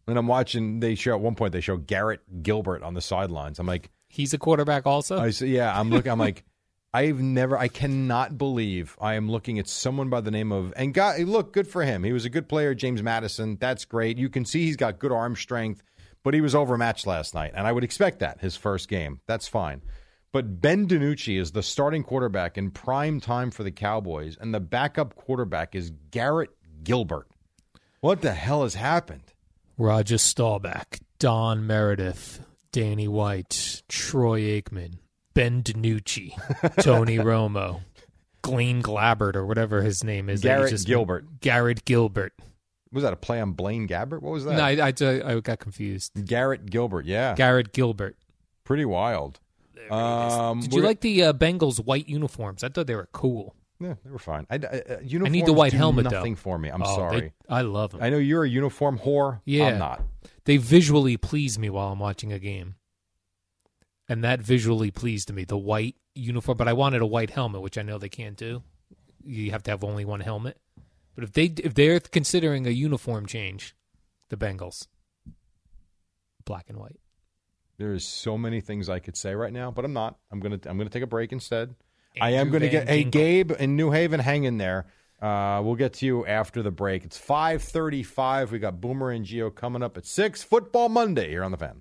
S1: And I'm watching. They show at one point they show Garrett Gilbert on the sidelines. I'm like,
S2: He's a quarterback also.
S1: I say, yeah. I'm looking. I'm like, I've never. I cannot believe I am looking at someone by the name of. And God, look, good for him. He was a good player, James Madison. That's great. You can see he's got good arm strength, but he was overmatched last night, and I would expect that his first game. That's fine. But Ben DiNucci is the starting quarterback in prime time for the Cowboys, and the backup quarterback is Garrett Gilbert. What the hell has happened?
S2: Roger Staubach, Don Meredith, Danny White, Troy Aikman, Ben DiNucci, Tony Romo, Glenn Glabbert, or whatever his name is. that he
S1: Garrett Gilbert.
S2: Garrett Gilbert.
S1: Was that a play on Blaine Gabbert? What was that?
S2: No, I, I, I got confused.
S1: Garrett Gilbert. Yeah,
S2: Garrett Gilbert.
S1: pretty wild. Um,
S2: Did you
S1: we're-
S2: like the uh, Bengals white uniforms? I thought they were cool.
S1: Yeah, they were fine. I, I, uh, uniforms
S2: I need the white
S1: do
S2: helmet. though.
S1: Nothing for me. I'm
S2: Oh, they-
S1: sorry.
S2: I love them.
S1: I know you're a uniform whore.
S2: Yeah.
S1: I'm not.
S2: they visually please me while I'm watching a game. And that visually pleased me. The white uniform, but I wanted a white helmet, which I know they can't do. You have to have only one helmet. But if they if they're considering a uniform change, the Bengals, black and white.
S1: There is so many things I could say right now, but I'm not. I'm gonna I'm gonna take a break instead. I am
S2: Andrew
S1: gonna
S2: Van
S1: get. Hey,
S2: Ginkel.
S1: Gabe in New Haven, hang in there. Uh, we'll get to you after the break. It's 5:35. We got Boomer and Geo coming up at six. Football Monday here on the fan.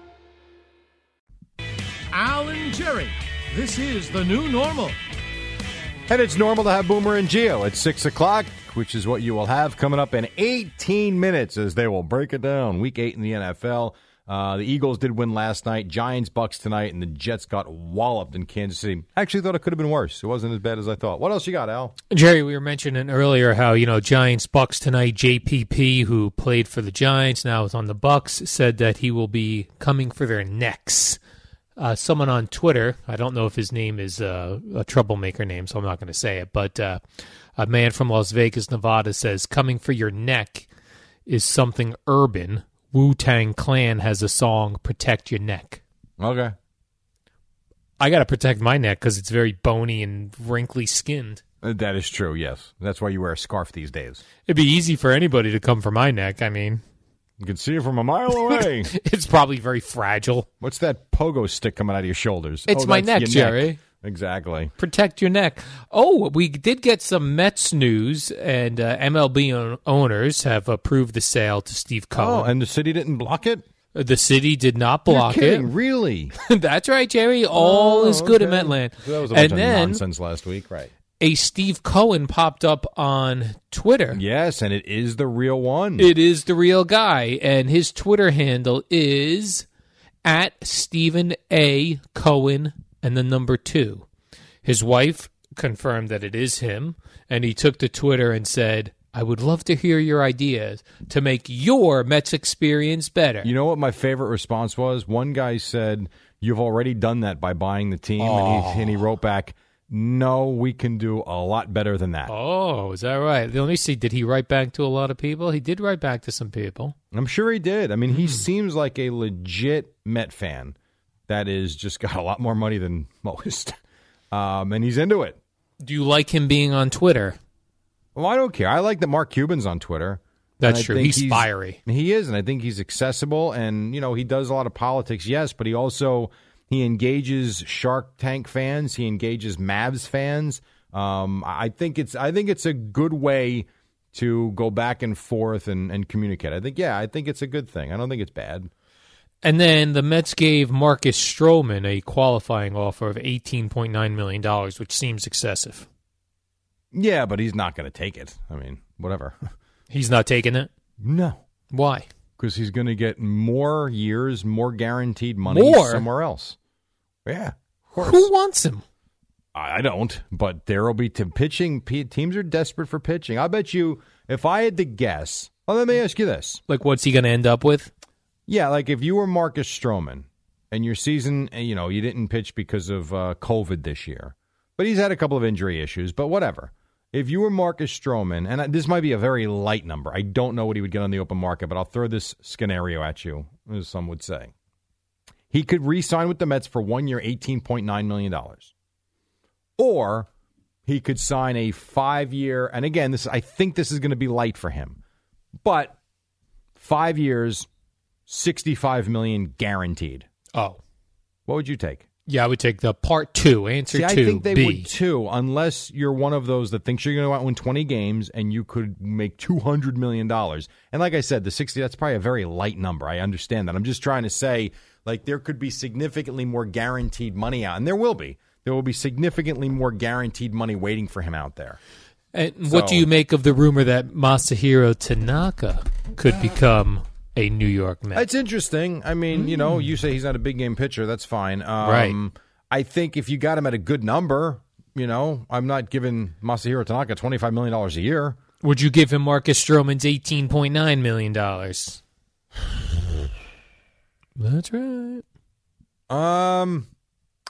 S4: Al and Jerry, this is the new normal.
S1: And it's normal to have Boomer and Geo at 6 o'clock, which is what you will have coming up in 18 minutes as they will break it down. Week 8 in the NFL. Uh, the Eagles did win last night, Giants, Bucks tonight, and the Jets got walloped in Kansas City. Actually, thought it could have been worse. It wasn't as bad as I thought. What else you got, Al?
S2: Jerry, we were mentioning earlier how you know Giants Bucks tonight. JPP, who played for the Giants, now is on the Bucks, said that he will be coming for their necks. Uh, someone on Twitter, I don't know if his name is uh, a troublemaker name, so I'm not going to say it, but uh, a man from Las Vegas, Nevada, says coming for your neck is something urban. Wu Tang Clan has a song, "Protect Your Neck."
S1: Okay.
S2: I got to protect my neck because it's very bony and wrinkly skinned.
S1: Uh, That is true, yes. That's why you wear a scarf these days.
S2: It'd be easy for anybody to come for my neck. I mean,
S1: You can see it from a mile away.
S2: it's probably very fragile.
S1: What's that pogo stick coming out of your shoulders?
S2: It's my
S1: Oh, that's
S2: neck,
S1: your
S2: Jerry.
S1: Exactly.
S2: protect your neck. Oh, we did get some Mets news, and uh, MLB own- owners have approved the sale to Steve
S1: Oh,
S2: Cohen.
S1: and the city didn't block it.
S2: the city did not block
S1: You're kidding,
S2: it.
S1: Really?
S2: That's right, Jerry. All
S1: Oh,
S2: is good
S1: okay.
S2: in Metland.
S1: So that was a bunch
S2: and
S1: of
S2: then
S1: nonsense last week, right?
S2: a Steve Cohen popped up on Twitter.
S1: Yes, and it is the real one.
S2: It is the real guy, and his Twitter handle is at Stephen A. Cohen and the number two. His wife confirmed that it is him, and he took to Twitter and said, I would love to hear your ideas to make your Mets experience better.
S1: You know what my favorite response was? One guy said, "You've already done that by buying the team," and, he, and he wrote back, "No, we can do a lot better than that."
S2: Oh, is that right? Let me see. Did he write back to a lot of people? He did write back to some people.
S1: I'm sure he did. I mean,
S2: Hmm.
S1: he seems like a legit Met fan that is just got a lot more money than most, um, and he's into it.
S2: Do you like him being on Twitter?
S1: Well, I don't care. I like that Mark Cuban's on Twitter.
S2: That's
S1: And I
S2: true.
S1: think
S2: He's fiery.
S1: He is, and I think he's accessible. And you know, he does a lot of politics, yes, but he also he engages Shark Tank fans. He engages Mavs fans. Um, I I think it's I think it's a good way to go back and forth and, and communicate. I think yeah, I think it's a good thing. I don't think it's bad.
S2: And then the Mets gave Marcus Stroman a qualifying offer of $18.9 million, which seems excessive.
S1: Yeah, but he's not going to take it. I mean, whatever.
S2: He's not taking it?
S1: no,
S2: Why?
S1: because he's going to get more years, more guaranteed money
S2: More?
S1: somewhere else. Yeah.
S2: Who wants him?
S1: I I don't, but there will be t- pitching. P- teams are desperate for pitching. I bet you, if I had to guess, well, let me ask you this.
S2: Like, what's he going to end up with?
S1: Yeah, like if you were Marcus Stroman and your season, eh, you know, you didn't pitch because of uh, COVID this year, but he's had a couple of injury issues, but whatever. If you were Marcus Stroman, and I- this might be a very light number, I don't know what he would get on the open market, but I'll throw this scenario at you, as some would say. He could re sign with the Mets for one year, $18.9 million. Or he could sign a five year, and again, this I think this is going to be light for him, but five years, 65 million guaranteed.
S2: Oh,
S1: What would you take?
S2: yeah, I would take the part two, answer
S1: See,
S2: two,
S1: I think they
S2: B.
S1: would too, unless you're one of those that thinks you're going to go out and win 20 games and you could make 200 million dollars. And like I said, the 60 that's probably a very light number. I understand that. I'm just trying to say like there could be significantly more guaranteed money out, and there will be. There will be significantly more guaranteed money waiting for him out there.
S2: And what do
S1: So-
S2: you make of the rumor that Masahiro Tanaka could become a New York Met?
S1: That's interesting. I mean, you know, you say he's not a big game pitcher. That's fine. Um,
S2: Right.
S1: I think if you got him at a good number, you know, I'm not giving Masahiro Tanaka twenty five million dollars a year.
S2: Would you give him Marcus Stroman's $18.9 million? That's right.
S1: Um,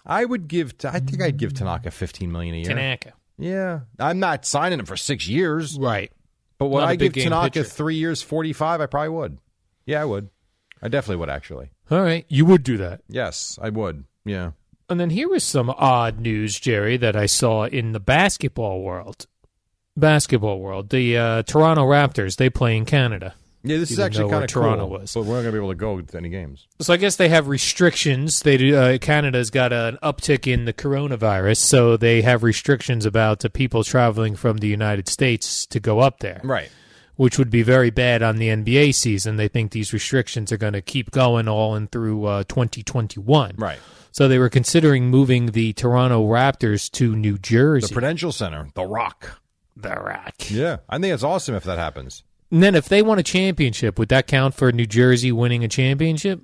S1: I would give. I think I'd give Tanaka fifteen million a year.
S2: Tanaka.
S1: Yeah, I'm not signing him for six years.
S2: Right.
S1: But would
S2: Not a
S1: I
S2: big
S1: give
S2: game
S1: Tanaka
S2: pitcher.
S1: three years, forty five? I probably would. Yeah, I would. I definitely would. Actually,
S2: All right. You would do that.
S1: yes, I would. Yeah.
S2: And then here was some odd news, Jerry, that I saw in the basketball world. Basketball world. The uh, Toronto Raptors, they play in Canada.
S1: Yeah, this
S2: You
S1: is
S2: didn't
S1: actually
S2: know where
S1: kind of
S2: Toronto
S1: cool,
S2: was.
S1: but we're not gonna be able to go to any games.
S2: So I guess they have restrictions. They do, uh, Canada's got an uptick in the coronavirus, so they have restrictions about the people traveling from the United States to go up there,
S1: Right.
S2: which would be very bad on the NBA season. They think these restrictions are going to keep going all in through uh, 2021.
S1: Right.
S2: So they were considering moving the Toronto Raptors to New Jersey.
S1: The Prudential Center, The Rock.
S2: The Rock.
S1: Yeah, I think it's awesome if that happens.
S2: And then if they won a championship, would that count for New Jersey winning a championship?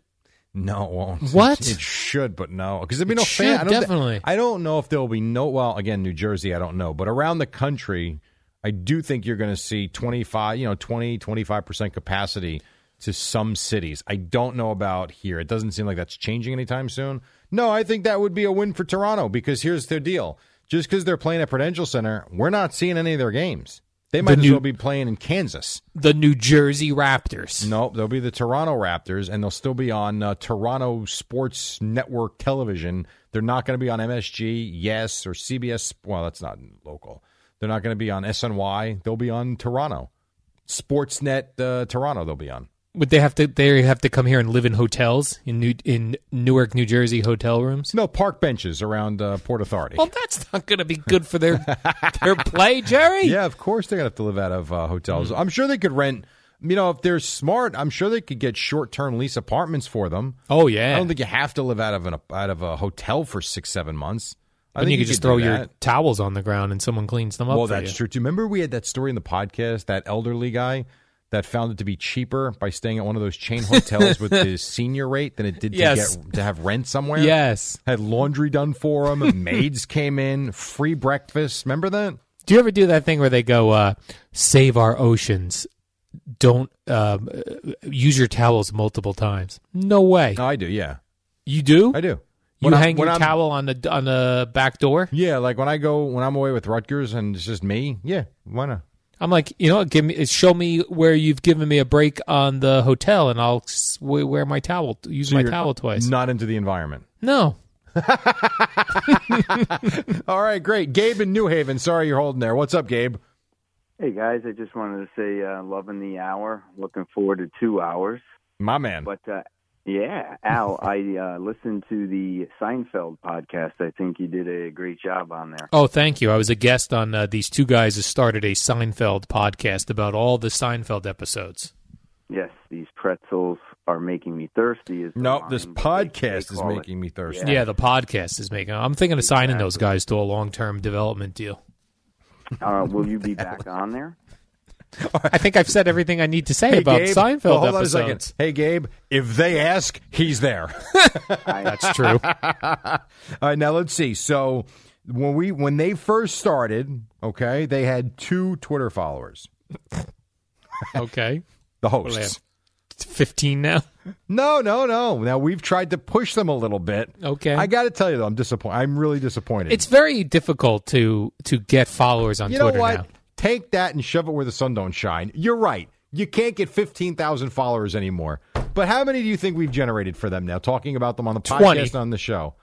S1: No, it won't.
S2: What?
S1: It should, but no, because there'll
S2: It
S1: be no fan.
S2: should,
S1: I don't thi-
S2: definitely.
S1: I don't know if there'll be no. Well, again, New Jersey, I don't know, but around the country, I do think you're going to see 25, you know, 20, 25 percent capacity to some cities. I don't know about here. It doesn't seem like that's changing anytime soon. No, I think that would be a win for Toronto because here's their deal: just because they're playing at Prudential Center, we're not seeing any of their games. They might as
S2: new-
S1: well be playing in Kansas.
S2: The New Jersey Raptors.
S1: Nope, they'll be the Toronto Raptors, and they'll still be on uh, Toronto Sports Network television. They're not going to be on MSG, yes, or CBS. Well, that's not local. They're not going to be on SNY. They'll be on Toronto, Sportsnet uh, Toronto. They'll be on.
S2: Would they have to? They have to come here and live in hotels in New in Newark, New Jersey hotel rooms.
S1: No park benches around uh, Port Authority.
S2: Well, that's not going to be good for their their play, Jerry.
S1: Yeah, of course they're gonna have to live out of uh, hotels. I'm sure they could rent. You know, if they're smart, I'm sure they could get short-term lease apartments for them.
S2: Oh yeah.
S1: I don't think you have to live out of an out of a hotel for six seven months. I
S2: and
S1: think
S2: you could just
S1: do
S2: throw
S1: that.
S2: your towels on the ground and someone cleans them up.
S1: Well,
S2: for
S1: that's
S2: you.
S1: true. Do you remember we had that story in the podcast? That elderly guy that found it to be cheaper by staying at one of those chain hotels with the senior rate than it did
S2: Yes.
S1: to get to have rent somewhere.
S2: Yes.
S1: had laundry done for him. maids came in, free breakfast. Remember that?
S2: Do you ever do that thing where they go, uh, "Save our oceans"? Don't um, uh, use your towels multiple times. No way.
S1: No, I do. Yeah,
S2: You do?
S1: I do.
S2: You
S1: When I-
S2: hang
S1: when
S2: your
S1: I'm-
S2: towel on the on the back door.
S1: Yeah, like when I go when I'm away with Rutgers and it's just me. Yeah, why not?
S2: I'm like, you know, what, give me show me where you've given me a break on the hotel, and I'll s- we- wear my towel, use
S1: So
S2: my
S1: you're
S2: towel twice.
S1: Not into the environment.
S2: No,
S1: All right, great. Gabe in New Haven. Sorry you're holding there. What's up, Gabe?
S7: Hey guys, I just wanted to say uh, loving the hour, looking forward to two hours.
S1: My man.
S7: But uh, yeah, Al, I uh, listened to the Seinfeld podcast. I think you did a great job on there.
S2: oh, thank you. I was a guest on uh, these two guys who started a Seinfeld podcast about all the Seinfeld episodes.
S7: Yes, these pretzels are making me thirsty. Is the
S1: No,
S7: line,
S1: this
S7: but they-
S1: podcast
S7: they
S1: is
S7: call it-
S1: making me thirsty.
S2: Yeah, the podcast is making. I'm thinking of signing those guys to a long term development deal.
S7: Uh, will you be back on there?
S2: I think I've said everything I need to say
S1: Hey,
S2: about
S1: Gabe.
S2: Seinfeld
S1: Well, hold on a
S2: episodes.
S1: second. Hey, Gabe, if they ask, he's there.
S2: That's true.
S1: All right, now let's see. So when we when they first started, okay, they had two Twitter followers.
S2: okay,
S1: The
S2: What do they have?
S1: hosts.
S2: fifteen now.
S1: No, no, no. Now we've tried to push them a little bit.
S2: Okay.
S1: I got to tell you though, I'm disappointed. I'm really disappointed.
S2: It's very difficult to to get followers on
S1: you
S2: Twitter
S1: know what?
S2: now.
S1: Take that and shove it where the sun don't shine. You're right. You can't get fifteen thousand followers anymore. But how many do you think we've generated for them now? Talking about them on the podcast
S2: 20.
S1: on the show.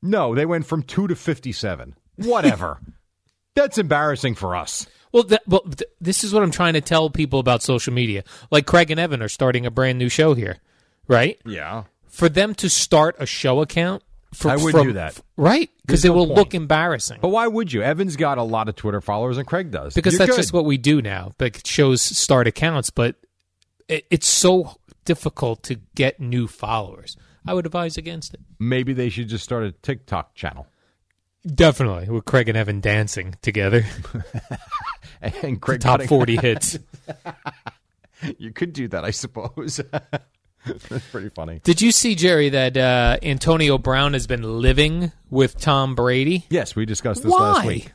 S1: No, they went from two to fifty-seven. Whatever. That's embarrassing for us.
S2: Well, th- well th- this is what I'm trying to tell people about social media. Like Craig and Evan are starting a brand new show here, right?
S1: Yeah.
S2: For them to start a show account, for,
S1: I wouldn't
S2: from-
S1: do that.
S2: right? Because
S1: There's
S2: it
S1: no
S2: will
S1: point.
S2: look embarrassing.
S1: But why would you? Evan's got a lot of Twitter followers, and Craig does.
S2: because
S1: You're
S2: that's
S1: good.
S2: just what we do now. Like shows start accounts, but it, it's so difficult to get new followers. I would advise against it.
S1: Maybe they should just start a TikTok channel.
S2: Definitely, with Craig and Evan dancing together,
S1: And Craig
S2: top
S1: cutting-
S2: forty hits.
S1: you could do that, I suppose. that's pretty funny.
S2: Did you see Jerry that uh, Antonio Brown has been living with Tom Brady?
S1: Yes, we discussed this
S2: Why?
S1: last week.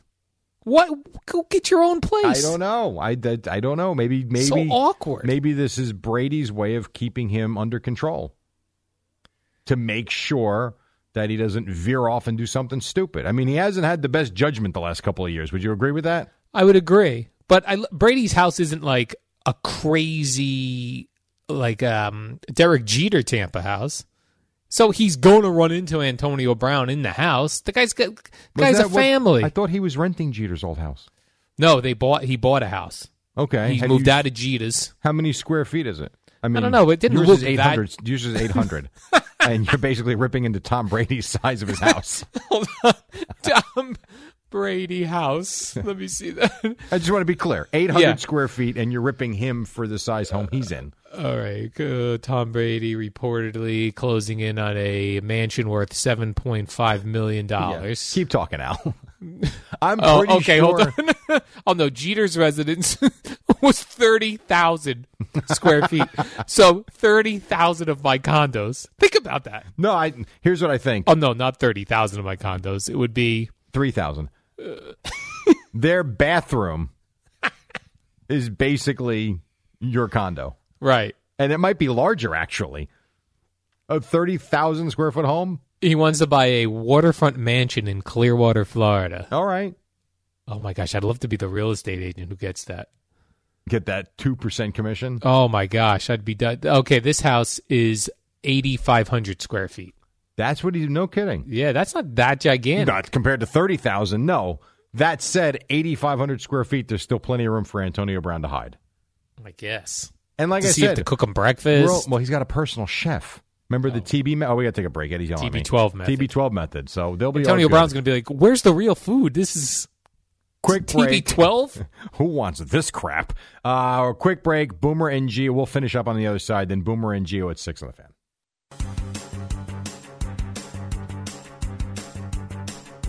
S2: What? Go get your own
S1: I
S2: place.
S1: don't know. I, that- I don't know. Maybe maybe
S2: So awkward.
S1: Maybe this is Brady's way of keeping him under control to make sure that he doesn't veer off and do something stupid. I mean, he hasn't had the best judgment the last couple of years. Would you agree with that?
S2: I would agree, but I, Brady's house isn't like a crazy like um Derek Jeter Tampa house. So he's going to run into Antonio Brown in the house. The guy's got
S1: Was
S2: guy's a
S1: that what-
S2: family.
S1: I thought he was renting Jeter's old house.
S2: no, they bought he bought a house.
S1: Okay,
S2: He
S1: Have
S2: moved
S1: you-
S2: out of Jeter's.
S1: How many square feet is it? I mean,
S2: don't know, it didn't
S1: yours
S2: look
S1: is
S2: that-
S1: 800, Yours is 800. and you're basically ripping into Tom Brady's size of his house.
S2: Tom Brady house. Let me see that.
S1: I just want to be clear 800
S2: Yeah.
S1: square feet, and you're ripping him for the size home he's in.
S2: All right. Uh, Tom Brady reportedly closing in on a mansion worth $7.5 million.
S1: Yeah. Keep talking, Al. I'm
S2: Oh,
S1: pretty
S2: okay.
S1: sure.
S2: Hold on. oh, no. Jeter's residence was 30,000 square feet. so 30,000 of my condos. Think about that.
S1: No, I, here's what I think
S2: Oh, no, not 30,000 of my condos. It would be
S1: 3,000. Their bathroom is basically your condo.
S2: right.
S1: And it might be larger, actually. A 30,000 square foot home?
S2: He wants to buy a waterfront mansion in Clearwater, Florida.
S1: All right.
S2: Oh my gosh, I'd love to be the real estate agent who gets that.
S1: Get that 2% commission.
S2: Oh my gosh, I'd be done. Okay, this house is 8,500 square feet.
S1: That's what he. No kidding.
S2: Yeah, that's not that gigantic.
S1: Not compared to thirty thousand. No. That said, eighty five hundred square feet. There's still plenty of room for Antonio Brown to hide.
S2: I guess.
S8: And like
S2: to
S8: I
S2: see
S8: said,
S2: if they cook him breakfast.
S8: We're all- well, he's got a personal chef. Remember the TB? Me- oh, we got to take a break. Eddie's yelling at me.
S2: TB12 method.
S8: TB12 method. So they'll be
S2: Antonio
S8: all good.
S2: Brown's going to be like, "Where's the real food? This is
S8: Quick break.
S2: TB12."
S8: Who wants this crap? Uh, quick break. Boomer and Geo. We'll finish up on the other side. Then Boomer and Geo at six on the fan.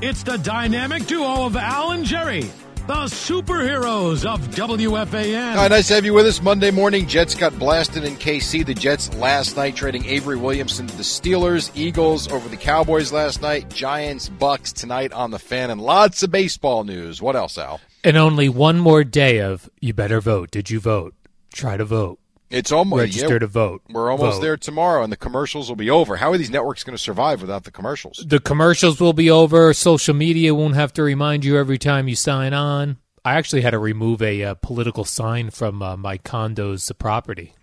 S9: It's the dynamic duo of Al and Jerry, the superheroes of WFAN.
S1: Hi, nice to have you with us. Monday morning, Jets got blasted in KC. The Jets last night trading Avery Williamson to the Steelers, Eagles over the Cowboys last night, Giants, Bucks tonight on the fan, and lots of baseball news. What else, Al?
S2: And only one more day of you better vote. Did you vote? Try to vote.
S1: It's almost
S2: register
S1: yeah,
S2: to vote.
S1: We're almost
S2: Vote.
S1: there tomorrow, and the commercials will be over. How are these networks going to survive without the commercials?
S2: The commercials will be over. Social media won't have to remind you every time you sign on. I actually had to remove a uh, political sign from uh, my condo's property.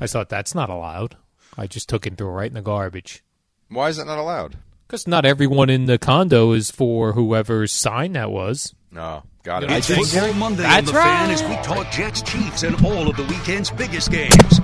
S2: I thought that's not allowed. I just took it and threw it right in the garbage.
S1: Why is it not allowed?
S2: Because not everyone in the condo is for whoever's sign that was.
S1: No, got
S2: it.
S3: It's
S2: I think-
S3: Football Monday
S2: That's
S3: on the fan
S2: right.
S3: as we talk Jets, Chiefs, and all of the weekend's biggest games.